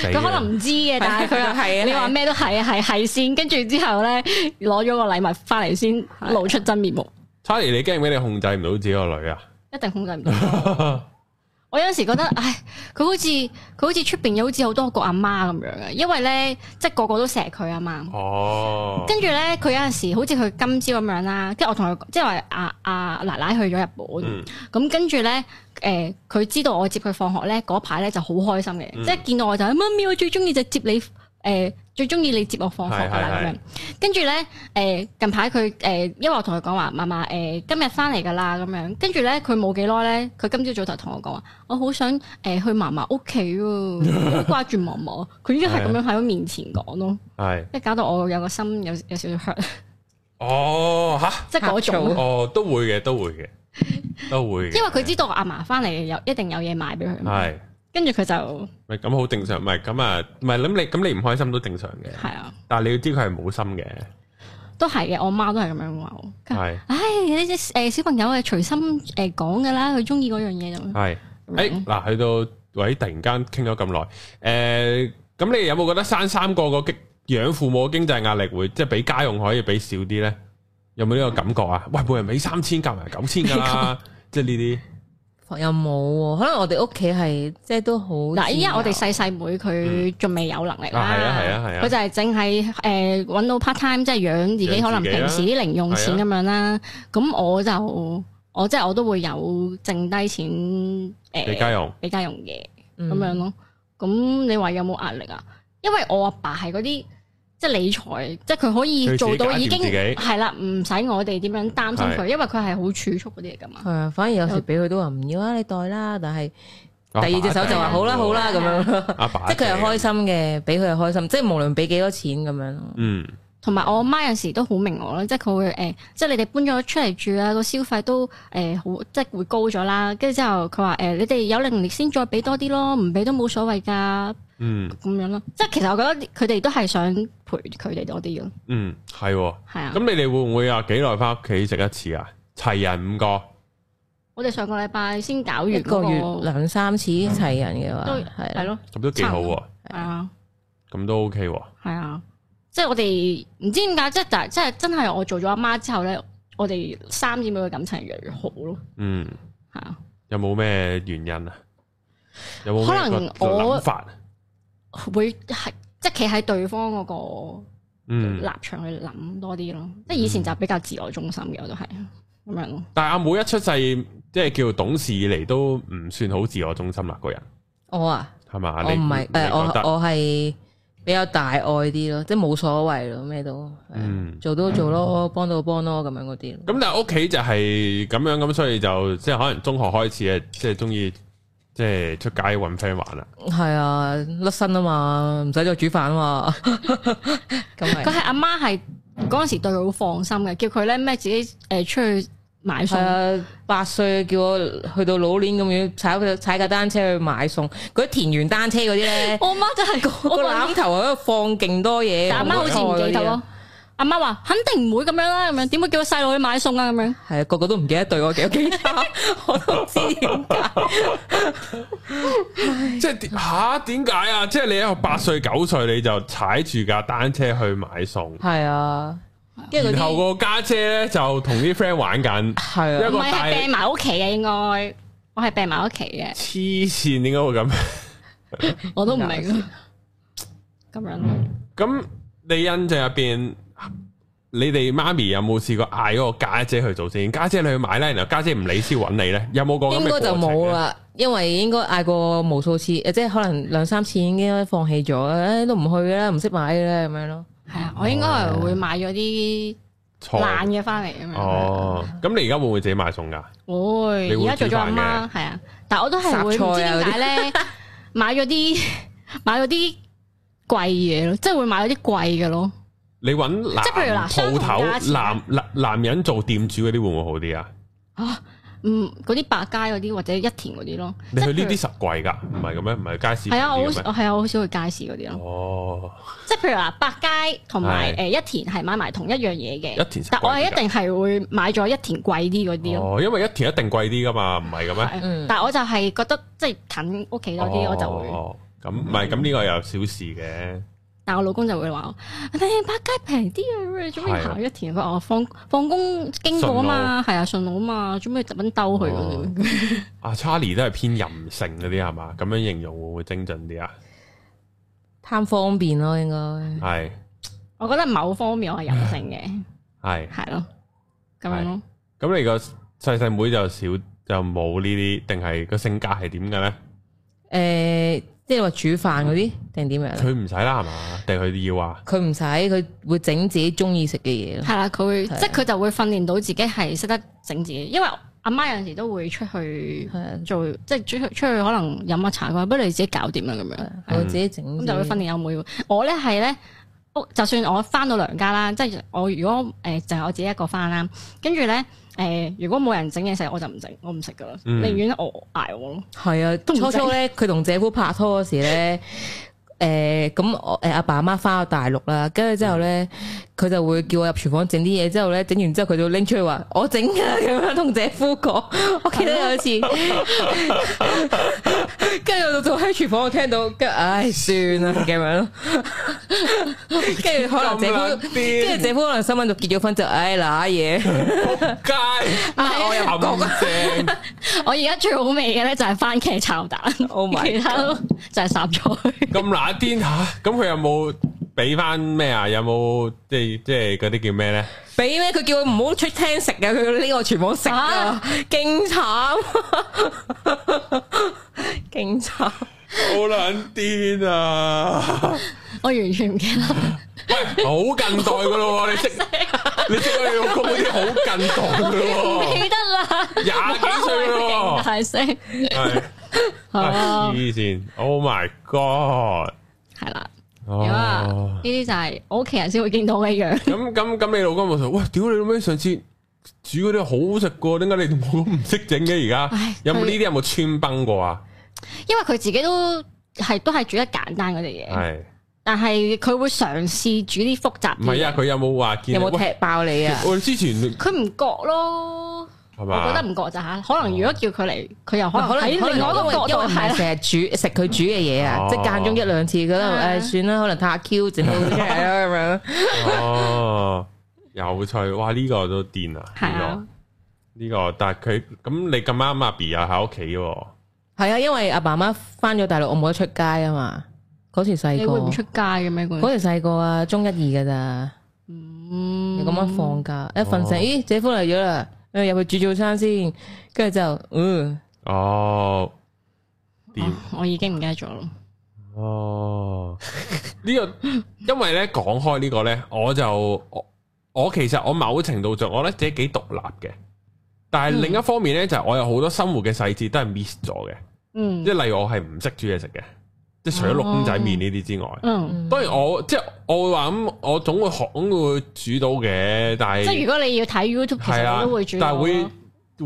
S1: 死
S2: 佢可
S1: 啦
S2: 能唔知嘅，但係佢話
S3: 係 啊
S2: 你
S3: 係
S2: 話
S3: 啊
S2: 咩都係係係先，跟住之後咧攞咗個禮物翻嚟先露出真面目，
S1: Charlie，你驚唔驚你控制唔到自己個女啊？
S2: 一定控制唔到。我有陣時覺得，唉，佢好似佢好似出邊好似好多個阿媽咁樣嘅，因為咧即係個個都錫佢啊嘛。
S1: 哦，
S2: 跟住咧，佢有陣時好似佢今朝咁樣啦，跟住我同佢即係話阿阿奶奶去咗日本，咁、
S1: 嗯
S2: 跟住咧誒，佢、知道我接佢放學咧嗰排咧就好開心嘅，
S1: 嗯
S2: 即係見到我就哎媽咪，我最中意就接你誒、最中意你接我放學噶啦
S1: 係係
S2: 咁
S1: 係
S2: 樣。跟住咧誒，近排佢誒，因為我同佢講話嫲嫲誒今日翻嚟噶啦咁樣，跟住咧佢冇幾耐咧，佢今朝早就同我講話，我好想誒、去嫲嫲屋企喎，好掛住嫲嫲，佢已經係咁樣喺我面前講咯。
S1: 係。
S2: 即係搞到我有個心有有少少 hurt，
S1: 哦，吓，
S2: 即係嗰
S3: 呷
S2: 種。
S3: 醋
S1: 哦，都會嘅，都會嘅，都會嘅。
S2: 因為佢知道我阿嫲翻嚟有一定有嘢買俾佢嘛，
S1: 係
S2: 跟住佢就
S1: 咪咁好正常，咪咁啊，咪咁你咁你唔開心都正常嘅，
S2: 係啊，
S1: 但係你要知佢係冇心嘅，
S2: 都係嘅。我媽都係咁樣話我。跟住
S1: 係
S2: 唉，你啲誒小朋友係隨心誒講㗎啦，佢中意嗰樣嘢就咁
S1: 係。誒
S3: 嗯
S2: 樣。
S1: 哎嗱，去到喂，突然間傾咗咁耐，誒，咁你有冇覺得生三個個經養父母嘅經濟壓力會即係比家用可以俾少啲咧？有冇呢個感覺啊？喂，每人俾三千，夾埋九千㗎 啦，即係呢啲。
S3: 又冇喎。可能我哋屋企係即係都好
S2: 嗱，依家我哋
S3: 自由
S2: 細細妹佢仲未有能力啦，
S1: 啊嗯啊係啊係啊係啊
S2: 佢就係淨係誒揾到 part time，即係養自己，
S1: 養
S2: 可能
S1: 自己啦
S2: 平時啲零用
S1: 啊
S2: 錢咁樣啦。咁我就我即係我都會有剩低錢誒
S1: 俾家用
S2: 俾家用嘅。
S3: 嗯
S2: 咁樣咯。咁你話有冇壓力啊？因為我阿爸係嗰啲即係理財，即係佢可以做到已經
S1: 佢自己搞掂自己
S2: 係啦，唔使我哋點樣擔心佢，
S1: 係
S2: 因為佢係好儲蓄嗰啲嚟噶嘛。
S3: 係啊，反而有時俾佢都話唔要啊，你袋啦，但係
S1: 第
S3: 第二隻手就話好啦好
S1: 啊
S3: 啦咁樣，
S1: 阿爸
S3: 即係佢係開心嘅，俾佢係開心，即係無論俾幾多錢咁樣咯。
S1: 嗯。
S2: 同埋我阿媽有時都好明我啦，即係佢會誒、呃即係你哋搬咗出嚟住啊，個消費都誒、呃好，即係會高咗啦。跟住之後佢話誒，你哋有能力先再俾多啲咯，唔俾都冇所謂㗎
S1: 嗯
S2: 咁樣咯。即係其實我覺得佢哋都係想陪佢哋多啲咯，
S1: 嗯，系喎。
S2: 係啊
S1: 咁。你哋會唔會啊？幾耐翻屋企食一次啊？齊人五個，
S2: 我哋上個禮拜先搞完
S3: 一個月
S2: 嗰個
S3: 兩三次齊人嘅話
S2: 都，
S3: 係
S2: 係
S3: 啦
S2: 咯，
S1: 咁都幾好喎。
S2: 係啊，
S1: 咁都 OK 喎。
S2: 係啊，即係我哋唔知點解，即係但係即係真係我做咗阿媽之後咧，我哋三姊妹嘅感情越嚟越好咯，
S1: 嗯，
S2: 係啊，
S1: 有冇咩原因啊？有冇
S2: 可能
S1: 咩個
S2: 我
S1: 諗法？啊
S2: 會係即係企喺對方嗰個
S1: 嗯
S2: 立，場去諗多啲咯。即係以前就比較自我中心嘅，我都係咁樣咯。
S1: 但係阿妹一出世，即係叫懂事以嚟都唔算好自我中心啦，個人
S3: 我啊，
S1: 係嘛？
S3: 我
S1: 你
S3: 唔係
S1: 你
S3: 诶，我
S1: 覺得
S3: 我係比較大愛啲咯，即系冇所謂咯，咩都係啊
S1: 嗯
S3: 做都做咯，幫到幫咯，咁樣嗰啲咯。
S1: 咁但係屋企就係咁樣，咁所以就即係可能中學開始啊，即係中意即係出街搵 friend 玩啦。
S3: 係啊，甩身啊嘛，唔使再煮飯啊嘛， 咁
S2: 佢
S3: 係
S2: 係阿媽係嗰陣時對佢好放心嘅，叫佢咧咩自己誒出去買
S3: 係
S2: 餸，
S3: 啊，八歲叫我去到老年咁樣踩佢踩架單車去買餸，嗰啲田園單車嗰啲 咧，
S2: 我媽真係
S3: 個
S2: 我
S3: 攬頭喺度放勁多嘢，
S2: 但阿媽好似唔記得咯。阿媽話肯定唔會咁樣啦，咁樣點會叫個細路去買餸啊？咁樣
S3: 係啊，個個都唔記得對我幾有幾差，我都唔知點 解。
S1: 即係點吓點解啊？即係你一個八歲九歲你就踩住架單車去買餸，
S3: 係啊，跟住嗰
S1: 然
S3: 啲
S1: 後個家姐咧就同啲 friend 玩緊，
S3: 係
S1: 一
S3: 啊
S1: 個
S2: 唔係
S1: 大
S2: 係病埋屋企啊嘅應該，我係病埋屋企嘅，
S1: 黐線點解會咁？
S2: 我都唔明咁樣咯。
S1: 咁你印象入邊，你哋媽咪有冇試過嗌嗰個家姐去做先？家姐你去買咧，然後家姐唔理先揾你咧，有冇個咁嘅
S3: 應該就冇
S1: 過程啊呢。
S3: 啦，因為應該嗌過無數次，誒即係可能兩三次已經放棄咗，誒都唔去啦，唔識買啦咁樣咯。
S2: 係啊，我應該係會買咗啲
S1: 錯
S2: 爛嘅翻嚟咁樣。
S1: 哦，咁你而家會唔會自己買餸㗎？你
S2: 會
S1: 會
S2: 而家做咗阿媽係啊，但我都係會
S3: 雜
S2: 唔知
S3: 菜啊
S2: 點解咧買咗啲買咗啲貴嘢咯，即係會買咗啲貴嘅咯。
S1: 你揾男
S2: 即係譬如
S1: 鋪
S2: 嗱相同價
S1: 頭
S2: 錢
S1: 男男男人做店主嗰啲會唔會好啲啊？
S2: 啊，嗯，嗰啲百佳嗰啲或者一田嗰啲咯，
S1: 你去
S2: 即
S1: 呢
S2: 係譬
S1: 啲實貴㗎，唔係咁咩？唔係街市
S2: 如係啊，我好
S1: 平啲嘅咩
S2: 我係啊，我好少去街市嗰啲咯，
S1: 哦，
S2: 即係譬如話百佳同埋
S1: 係
S2: 誒一田係買埋同一樣嘢嘅，
S1: 一田食
S2: 但我
S1: 貴啲
S2: 係
S1: 㗎
S2: 一定係會買咗一田貴啲嗰啲咯，
S1: 哦，因為一田一定貴啲㗎嘛，唔係嘅哦咩？
S2: 係
S3: 嗯
S2: 但係我就係覺得即係近屋企多啲，我就會，
S1: 哦咁唔係咁呢個有小事嘅。
S2: 但我老公就會話我，誒百佳平啲啊，做咩要行一田？佢話我放放工經過啊嘛，係啊順路啊嘛，做咩特登兜佢
S1: 哦
S2: 咁樣？
S1: 阿 Charlie 都係偏任性嗰啲係嘛？咁樣形容會唔會精準啲啊？
S3: 貪方便咯，應該
S1: 係
S2: 我覺得某方面我係任性嘅，
S1: 係，
S2: 係咯，咁樣咯。
S1: 咁你個細細妹就少就冇呢啲，定係個性格係點嘅咧？
S3: 誒，即係話煮飯嗰啲定點樣？啊
S1: 佢唔使啦係嘛？定佢要啊？
S3: 佢唔使，佢會整自己中意食嘅嘢咯。
S2: 係啦，佢會
S3: 係啊
S2: 即係佢就會訓練到自己係識得整自己，因為阿媽有陣時都會出去
S3: 係啊，
S2: 做，即係出去出去可能飲下茶，佢話不如你自己搞掂啦咁樣，
S3: 啊佢會自己整自己。
S1: 嗯
S2: 咁就會訓練阿妹。我咧係咧，屋就算我翻到娘家啦，即係我如果誒、呃就係、我自己一個翻啦，跟住咧誒如果冇人整嘢食，我就唔整，我唔食噶啦，
S1: 嗯
S2: 寧願我捱我咯。
S3: 係啊，
S2: 唔
S3: 初
S2: 整
S3: 初咧，佢同姐夫拍拖嗰時 咧，誒咁我誒阿爸阿媽翻咗大陸啦，跟住之後
S1: 嗯
S3: 咧，佢就會叫我入廚房整啲嘢，之後咧整完之後佢就拎出去話我整㗎 咁樣同姐夫講。我記得
S1: 啊
S3: 有一 次，跟住我就喺廚房我聽到，跟住唉算啦咁 樣咯，跟住可能姐
S1: 咁
S3: 夫
S1: 撚，癲
S3: 跟住姐夫可能新聞就結咗婚就唉嗱嘢，
S1: 街
S3: 啊我又唔覺
S1: 陷阱
S2: 我而家最好味嘅咧就係番茄炒蛋
S3: Oh my
S2: 其他都就係烚菜。
S1: 咁乸癲吓，咁佢有冇俾翻咩啊？有冇即係即係嗰啲叫咩咧？
S3: 俾咩？佢叫佢唔好出廳食嘅，佢呢個廚房食啊
S2: 啊，
S3: 勁慘， 勁慘。
S1: 好撚癲啊！
S2: 我完全唔記 得，
S1: 喂，好近代噶咯喎，你識 你識我哋老公嗰啲好近代噶
S2: 唔
S1: 咯
S2: 記得啦。
S1: 喎，廿幾歲噶咯喎，
S2: 大聲
S1: 係
S2: 啊，
S1: 黐線，Oh my God！
S2: 係啦，咁啊，
S1: 哦
S2: 呢，啲就係我屋企人先會見到嘅樣。
S1: 咁咁咁，你老公冇話，喂，屌你老味，上次煮嗰啲好好食噶，點解你冇唔識整嘅？而家
S2: 唉
S1: 有冇
S2: 佢
S1: 呢啲有冇穿崩過啊？
S2: 因為佢自己都係都係煮得簡單嗰啲嘢，
S1: 係。
S2: 但係佢會嘗試煮啲複雜
S1: 唔
S2: 啲。
S1: 係啊，，佢有冇話見
S3: 有
S1: 你
S3: 冇？
S1: 喂
S3: 踢爆你啊？
S1: 我之前
S2: 佢唔覺咯，
S1: 係
S2: 我覺
S1: 嘛
S2: 得？唔覺
S1: 哦
S2: 咋嚇。可能如果叫佢嚟，佢又可能
S3: 可
S2: 喺
S3: 能
S2: 另
S3: 可
S2: 外
S3: 能
S2: 一個角
S3: 因
S2: 度
S3: 為唔
S2: 係
S3: 係
S2: 啦。
S3: 成日煮食佢煮嘅嘢
S1: 哦
S3: 啊，即係間中一兩次，覺得
S2: 啊
S3: 唉算啦，可能太 Q 整到出嚟 啦
S1: 哦，有趣！哇，呢個都癲啊！
S2: 係
S1: 呢
S2: 啊
S1: 個呢個，但係佢咁你咁啱阿 B 又喺屋企喎，
S3: 係啊，因為阿爸媽翻咗大陸，我冇得出街啊嘛。嗰時細
S2: 啊你
S3: 個
S2: 會，唔出街嘅咩？嗰陣
S3: 嗰時細個啊，中一二噶咋，
S2: 嗯
S3: 你咁樣放假，一瞓醒，
S1: 哦
S3: 咦，姐夫嚟咗啦，誒入去煮早餐先，跟住就，嗯，
S1: 哦，掂。
S2: 啊我已經唔記得咗咯。
S1: 哦，呢、個因為咧講開呢個咧，我就我我其實我某程度上我咧自己幾獨立嘅，但
S2: 嗯
S1: 係另一方面咧就係我有好多生活嘅細節都係 miss 咗嘅，
S2: 嗯
S1: 即係例如我係唔識煮嘢食嘅，即係除咗六公仔麵呢啲之外，
S2: 嗯，
S1: 當然我即係我會話咁，我總會學總會煮到嘅，但
S2: 即係如
S1: 係
S2: 果你要睇 YouTube，其
S1: 係
S2: 實
S1: 啊
S2: 我都會煮，
S1: 但係
S2: 係
S1: 會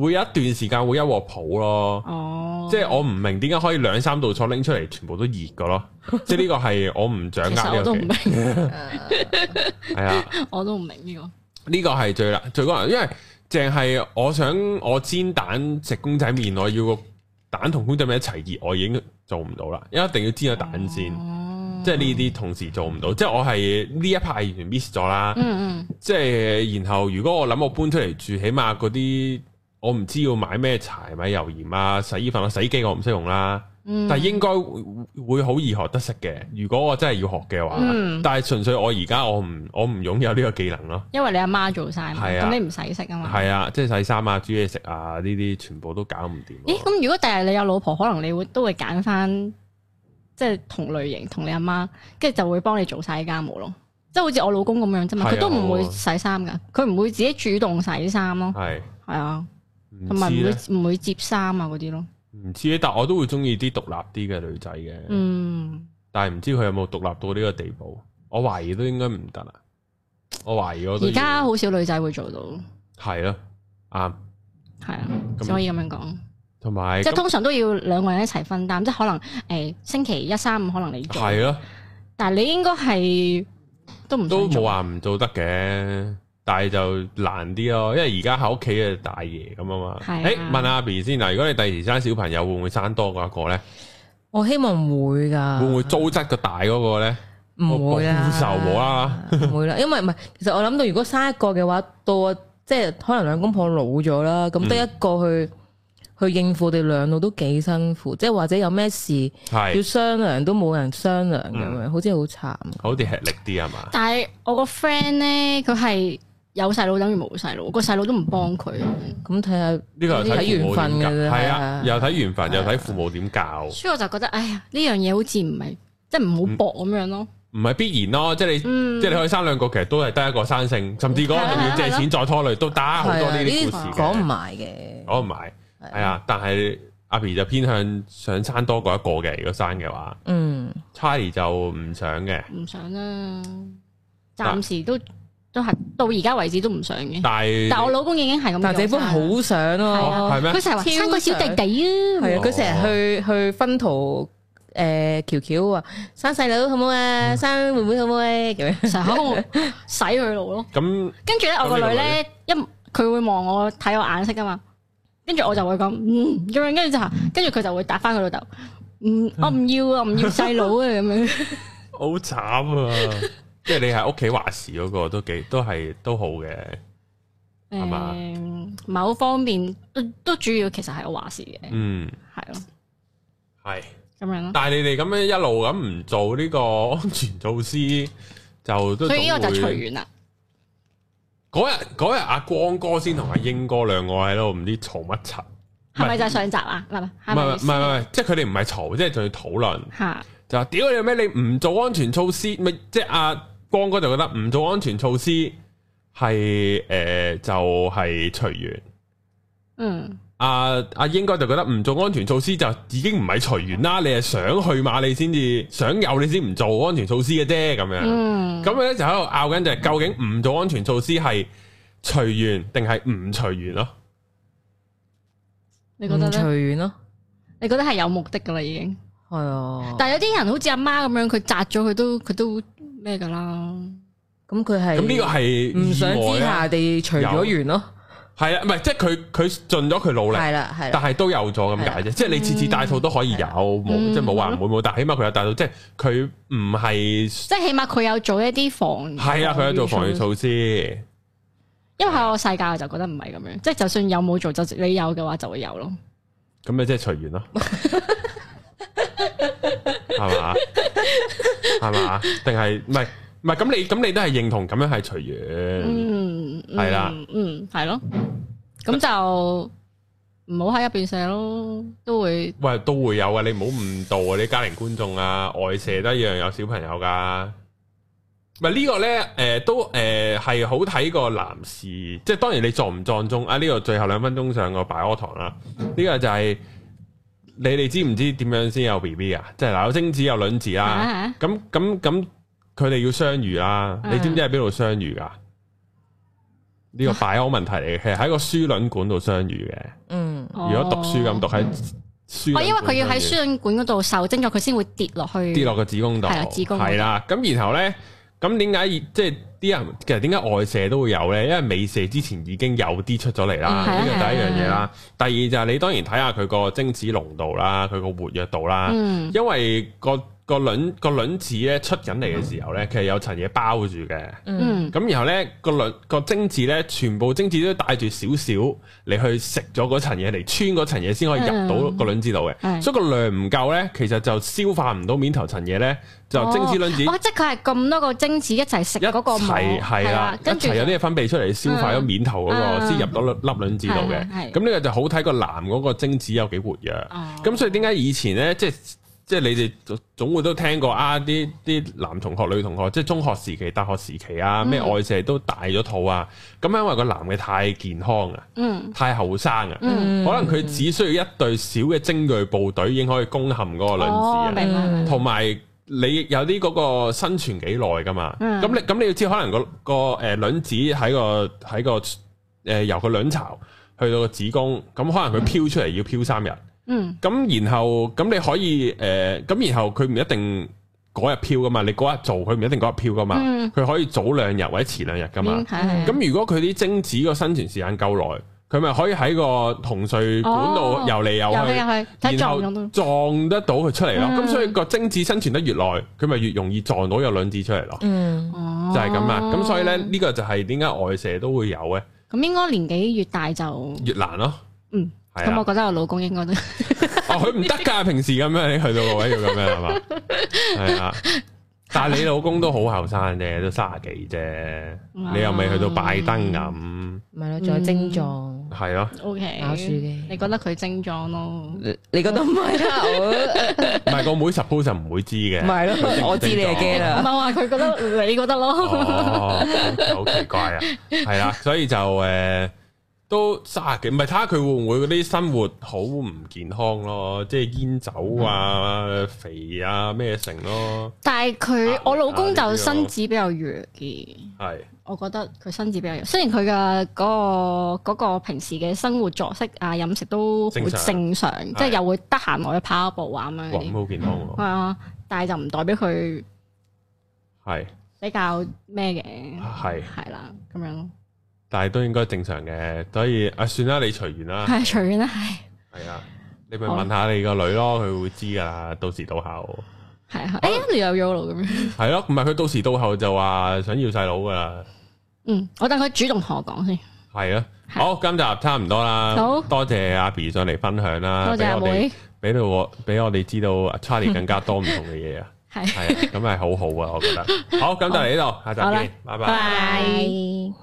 S1: 會有一段時間會一鑊泡咯。
S2: 哦，
S1: 即係我唔明點解可以兩三道菜拎出嚟，全部都熱嘅 咯。即係呢個係我唔掌握
S2: 其實
S1: 呢
S2: 我都
S1: 個
S2: 唔
S1: 技
S2: 明，
S1: 係啊，
S2: 我都唔明呢個。
S1: 呢個係最難最難，因為淨係我想我煎蛋食公仔麵，我要個蛋同公仔麵一齊熱，我已經做唔到啦，因為一定要煎咗蛋先。
S2: 哦
S1: 即係呢啲同時做唔到，即係我係呢一派完全 miss 咗啦。
S2: 嗯嗯
S1: 即係然後如果我諗我搬出嚟住，起碼嗰啲我唔知要買咩柴米油鹽啊、洗衣粉啊、洗衣機我唔識用啦。
S2: 嗯，
S1: 但係應該會會好易學得識嘅。如果我真係要學嘅話，
S2: 嗯
S1: 但係純粹我而家我唔我唔擁有呢個技能咯。
S2: 因為你阿媽做晒嘛，
S1: 係啊
S2: 咁你唔使食啊嘛。
S1: 係啊，即係洗衫啊、煮嘢食啊呢啲全部都搞唔掂咯。
S2: 咦，咁如果第日你有老婆，可能你會都會揀翻即係同類型，同你阿媽，跟住就會幫你做晒家務咯。即係好似我老公咁樣啫嘛，
S1: 係啊
S2: 佢都唔會
S1: 我
S2: 洗衫噶，佢唔會自己主動洗衫咯，
S1: 係
S2: 係啊，
S1: 唔
S2: 同埋唔
S1: 知咧，
S2: 會唔會接衫啊嗰啲咯。
S1: 唔知咧，但我都會中意啲獨立啲嘅女仔嘅，
S2: 嗯，
S1: 但係唔知佢有冇獨立到呢個地步。我懷疑都應該唔得啦，我懷疑我都
S2: 而
S1: 要
S2: 家好少女仔會做到，
S1: 係咯，啱，
S2: 係啊，
S1: 咁
S2: 只可以咁樣講。
S1: 同埋
S2: 即係
S1: 咁
S2: 通常都要兩個人一齊分擔，即係可能誒星期一三五可能你做，
S1: 係咯，
S2: 但係你應該係都唔想
S1: 都冇
S2: 做
S1: 話唔做得嘅，但係就難啲咯，因為而家喺屋企嘅大爺咁啊嘛。
S2: 係啊
S1: 誒，問阿 B 先嗱，如果你第時生小朋友，會唔會生多過一個咧？
S3: 我希望唔會噶，
S1: 會唔會糟質個大嗰個咧？
S3: 唔會啦，
S1: 我保守我啦，
S3: 唔會啦，因為唔係，其實我諗到如果生一個嘅話，到我即係可能兩公婆老咗啦，咁
S1: 嗯
S3: 得一個去、去應付我哋兩老都幾辛苦，即係或者有咩事要
S1: 係嗯
S3: 商量都冇人商量咁樣，好似好慘。
S1: 好似吃力啲係啊嘛？
S2: 但係我個 friend 咧，佢係有細佬等於冇細佬，個細佬都唔幫佢。
S3: 咁睇下
S1: 呢個又睇父母點
S3: 睇緣分
S1: 教，
S3: 嘅啫
S1: 係
S3: 係啊
S1: 啊，又睇緣分，又睇父母點教，
S2: 所以我就覺得，哎呀，呢樣嘢好似唔係，即係唔好搏咁樣咯。
S1: 唔係必然咯。即係你，
S2: 嗯
S1: 即係你可以生兩個，其實都係得一個生性，甚至嗰
S3: 啊
S1: 個仲要借錢再拖累都得，好
S3: 係
S1: 多
S3: 啊
S1: 呢啲故事嘅
S3: 講唔埋嘅，
S1: 講唔埋，係啊。但係阿 B 就偏向想生多過一個嘅，如果生嘅話
S3: 嗯，
S1: ，Charlie 就唔想 嘅。
S2: 唔想啦，暫時都都係到而家為止都唔想嘅。
S1: 但係
S2: 但我老公已經係咁樣生啊啦，
S3: 但姐夫好想
S2: 係
S3: 咯，
S1: 哦
S2: 啊，
S1: 係咩
S2: 佢成日話
S3: 超
S2: 生個小弟弟啊，
S3: 係啊，
S1: 哦
S3: 佢成日去去分圖。誒喬喬啊，生細佬好唔好啊？生妹妹好唔好啊？咁樣
S2: 成日喺度洗佢腦咯。
S1: 咁
S2: 跟住咧，我個女咧一佢會望我睇我眼色噶嘛，跟住我就會講嗯咁樣，跟住就話跟住佢就會答翻佢老豆，嗯我唔要啊，我唔要細佬啊咁樣，
S1: 好慘 啊！即係你喺屋企話事嗰個都幾都係都好嘅， 係嘛
S2: 誒某方面都都主要其實係我話事嘅，
S1: 嗯，
S2: 係咯
S1: 係。
S2: 咁樣咯，
S1: 但係你哋咁樣一路咁唔做呢個安全措施，就都
S2: 所以呢個就
S1: 總
S2: 隨
S1: 會
S2: 緣啦，
S1: 嗰日嗰日阿光哥先同阿英哥兩個喺度唔知嘈乜柒，
S2: 係咪就係上集啊？嗱，
S1: 唔
S2: 係
S1: 係唔係
S2: 咪
S1: 唔係，即係佢哋唔係嘈，即係仲要討論，
S2: 嚇？
S1: 就話屌你有咩你唔做安全措施，咪即係阿光哥就覺得唔做安全措施係誒、呃就係隨緣。
S2: 嗯，
S1: 阿阿英哥就覺得唔做安全措施就已經唔係隨緣啦，你係想去馬你先至想有你先唔做安全措施嘅啫咁樣。
S2: 嗯，
S1: 啊咁佢咧就喺度拗緊就係究竟唔做安全措施係隨緣定係唔隨緣咯？
S2: 你覺得
S3: 唔
S2: 咧？
S3: 嗯隨緣咯，
S2: 你覺得係有目的噶啦已經，
S3: 係
S1: 哦
S3: 啊。
S2: 但係有啲人好似阿媽咁樣，佢擲咗佢都佢都咩噶啦，
S3: 咁佢係
S1: 咁呢個係
S3: 唔想之
S1: 意外啊
S3: 下地除咗完咯，
S1: 係啊，唔係即係佢佢盡咗佢努力，
S3: 係啦係
S1: 但
S3: 啦，
S1: 係都有咗咁解啫。即係你次次戴套都可以有，冇
S2: 嗯
S1: 即係冇話唔會冇，但係起碼佢有戴套，即係佢唔係
S2: 即係起碼佢有做一啲防
S1: 係啊，佢有做防禦措
S2: 措施
S1: 施。
S2: 因為喺我世界我就覺得唔係咁樣，即係就算有冇做，就你有嘅話就會有咯。
S1: 咁咪即係隨緣咯，係嘛？係嘛？定係唔係唔係咁你咁你都係認同咁樣係隨緣，
S2: 嗯，嗯
S1: 係啦，
S2: 嗯，系咯，咁就唔好喺入边射咯，都會
S1: 喂都會有啊！你唔好誤導啊！你家庭觀眾啊，外射都一樣有小朋友噶。唔係呢個咧，誒、都誒係、好睇個男士，即係當然你撞唔撞中啊？呢、個最後兩分鐘上個擺屙堂啦，呢、個就係、你哋知唔知點樣先有 B B 啊？即係嗱，有精子有卵子啦。
S2: 啊
S1: 咁咁咁，佢哋要相遇啦。
S2: 嗯
S1: 你知唔知喺邊度相遇噶？呢個擺屙問題嚟嘅，其實喺個輸卵管度相遇嘅。
S3: 嗯，
S2: 哦
S1: 如果讀書咁讀喺輸
S2: 哦，
S1: 卵管相遇，
S2: 因為佢要喺輸卵管嗰度受精咗，佢先會跌落去，
S1: 跌落個子宮度，
S2: 係啦啊子宮嗰度
S1: 係啦。咁然後咧，咁點解即係啲人其實點解外射都會有咧？因為未射之前已經有啲出咗嚟啦，
S3: 嗯係
S1: 呢
S2: 啊
S1: 個第一樣嘢
S2: 係
S1: 啦
S2: 啊。
S1: 第二就係你當然睇下佢個精子濃度啦，佢個活躍度啦。
S2: 嗯，
S1: 因為個個卵個卵子咧出緊嚟嘅時候咧，其實有層嘢包住嘅。
S2: 嗯
S1: 咁然後咧個卵個精子咧，全部精子都帶住少少嚟去食咗嗰層嘢，嚟穿嗰層嘢先可以入到
S2: 嗯
S1: 個卵子度嘅。
S2: 係
S1: 所以個量唔夠咧，其實就消化唔到面頭層嘢咧，就精子卵子
S2: 哦，哦即係佢係咁多個精子一齊食
S1: 一
S2: 嗰個膜，
S1: 齊係啦，一
S2: 跟住
S1: 齊有啲嘢分泌出嚟，消化咗面頭嗰個
S2: 嗯
S1: 先入到粒粒卵子度嘅
S2: 係係。係
S1: 咁呢個就好睇個男嗰個精子有幾活躍。
S2: 哦
S1: 咁所以點解以前咧，即係即係你哋總總會都聽過啊，啲啲男同學、女同學，即係中學時期、大學時期啊，
S2: 嗯
S1: 咩外射都大咗肚啊。咁因為個男嘅太健康啊，
S2: 嗯
S1: 太後生啊，
S2: 嗯，
S3: Ừ.
S1: 可能佢只需要一隊小嘅精鋭部隊已經可以攻陷嗰個
S2: 哦
S1: 卵，子啊，
S2: 明白明白，
S1: 同埋。你有啲嗰個生存幾耐噶嘛？咁、
S2: 嗯
S1: 你咁你要知，可能個個誒卵子喺個喺個誒、呃由個卵巢去到個子宮，咁可能佢飄出嚟要飄三日。
S2: 嗯
S1: 咁然後咁你可以誒，咁、然後佢唔一定嗰日飄噶嘛，你嗰日做佢唔一定嗰日飄噶嘛，
S2: 嗯
S1: 佢、可以早兩日或者遲兩日噶嘛
S2: 嗯。係係係
S1: 咁如果佢啲精子個生存時間夠耐，佢咪可以喺個同睡管度
S2: 哦
S1: 游嚟游
S2: 入去
S1: 去，
S2: 入去睇
S1: 然
S2: 撞
S1: 後
S2: 唔撞到，
S1: 撞得到佢出嚟咯。咁、
S2: 嗯
S1: 所以個精子生存得越耐，佢咪越容易撞到有卵子出嚟咯。
S3: 嗯，
S2: 哦
S1: 就係咁啊。咁所以咧，呢、個就係點解外射都會有咧，
S2: 咁應該年紀越大就
S1: 越難咯。
S2: 嗯，
S1: 係啊
S2: 咁我覺得我老公應該都
S1: 哦，佢唔得噶，平時咁樣，你去到個位要咁樣係 嘛？係啊，但係你老公都好後生啫，都三十幾啫，
S2: 嗯
S1: 你又未去到拜登咁，
S3: 咪咯，仲有症狀。
S1: 係咯，
S2: O K，
S3: 咬樹嘅
S2: 你覺得佢精壯咯？
S3: 你你覺得唔係啊？我
S1: 唔係個妹 suppose 就唔會知嘅，
S3: 唔係
S1: 正
S3: 咯，我知你係驚
S2: 唔係
S3: 啦。
S2: 話佢 覺得，你覺得咯？
S1: 啊哦，好奇怪啊，係啦，所以就诶。都三十幾，唔係睇下佢會唔會嗰啲生活好唔健康咯，即係煙酒啊、肥啊咩成咯，
S2: 但係
S1: 啊
S2: 佢我老公
S1: 啊呢
S2: 就
S1: 啲
S2: 身子比較弱嘅，
S1: 係
S2: 我覺得佢身子比較弱。雖然佢嘅嗰個嗰個平時嘅生活作息啊、飲食都好
S1: 正常
S2: 正常，即係
S1: 係
S2: 又會得閒落去跑下步啊咁
S1: 哇
S2: 樣嗰
S1: 咁
S2: 啲，
S1: 好健康喎
S2: 係，啊。但係就唔代表佢
S1: 係
S2: 比較咩嘅，
S1: 係。
S2: 係啦咁樣咯。
S1: 但係都應該正常嘅，所以啊算啦，你隨緣啦，
S2: 係隨便啦，唉
S1: 係啊，你咪
S2: 好
S1: 問下你個女咯，佢會知噶啦，到時到後
S2: 係啊。哎呀，你又有路咁樣。
S1: 係咯，唔係佢到時到後就話想要細佬噶啦，
S2: 嗯，我等佢主動同我講先。
S1: 係啊，
S2: 係
S1: 好，今集差唔多啦，
S2: 好
S1: 多謝阿 B 上嚟分享啦，
S2: 多謝阿
S1: 啊俾我哋
S2: 妹，
S1: 俾到我俾我哋知道阿 Charlie 更加多唔同嘅嘢啊，
S2: 係。
S1: 係啊，咁係好好啊，我覺得，好，咁就嚟呢度，下
S2: 好
S1: 集
S2: 啦
S1: 見，拜拜。
S2: 拜。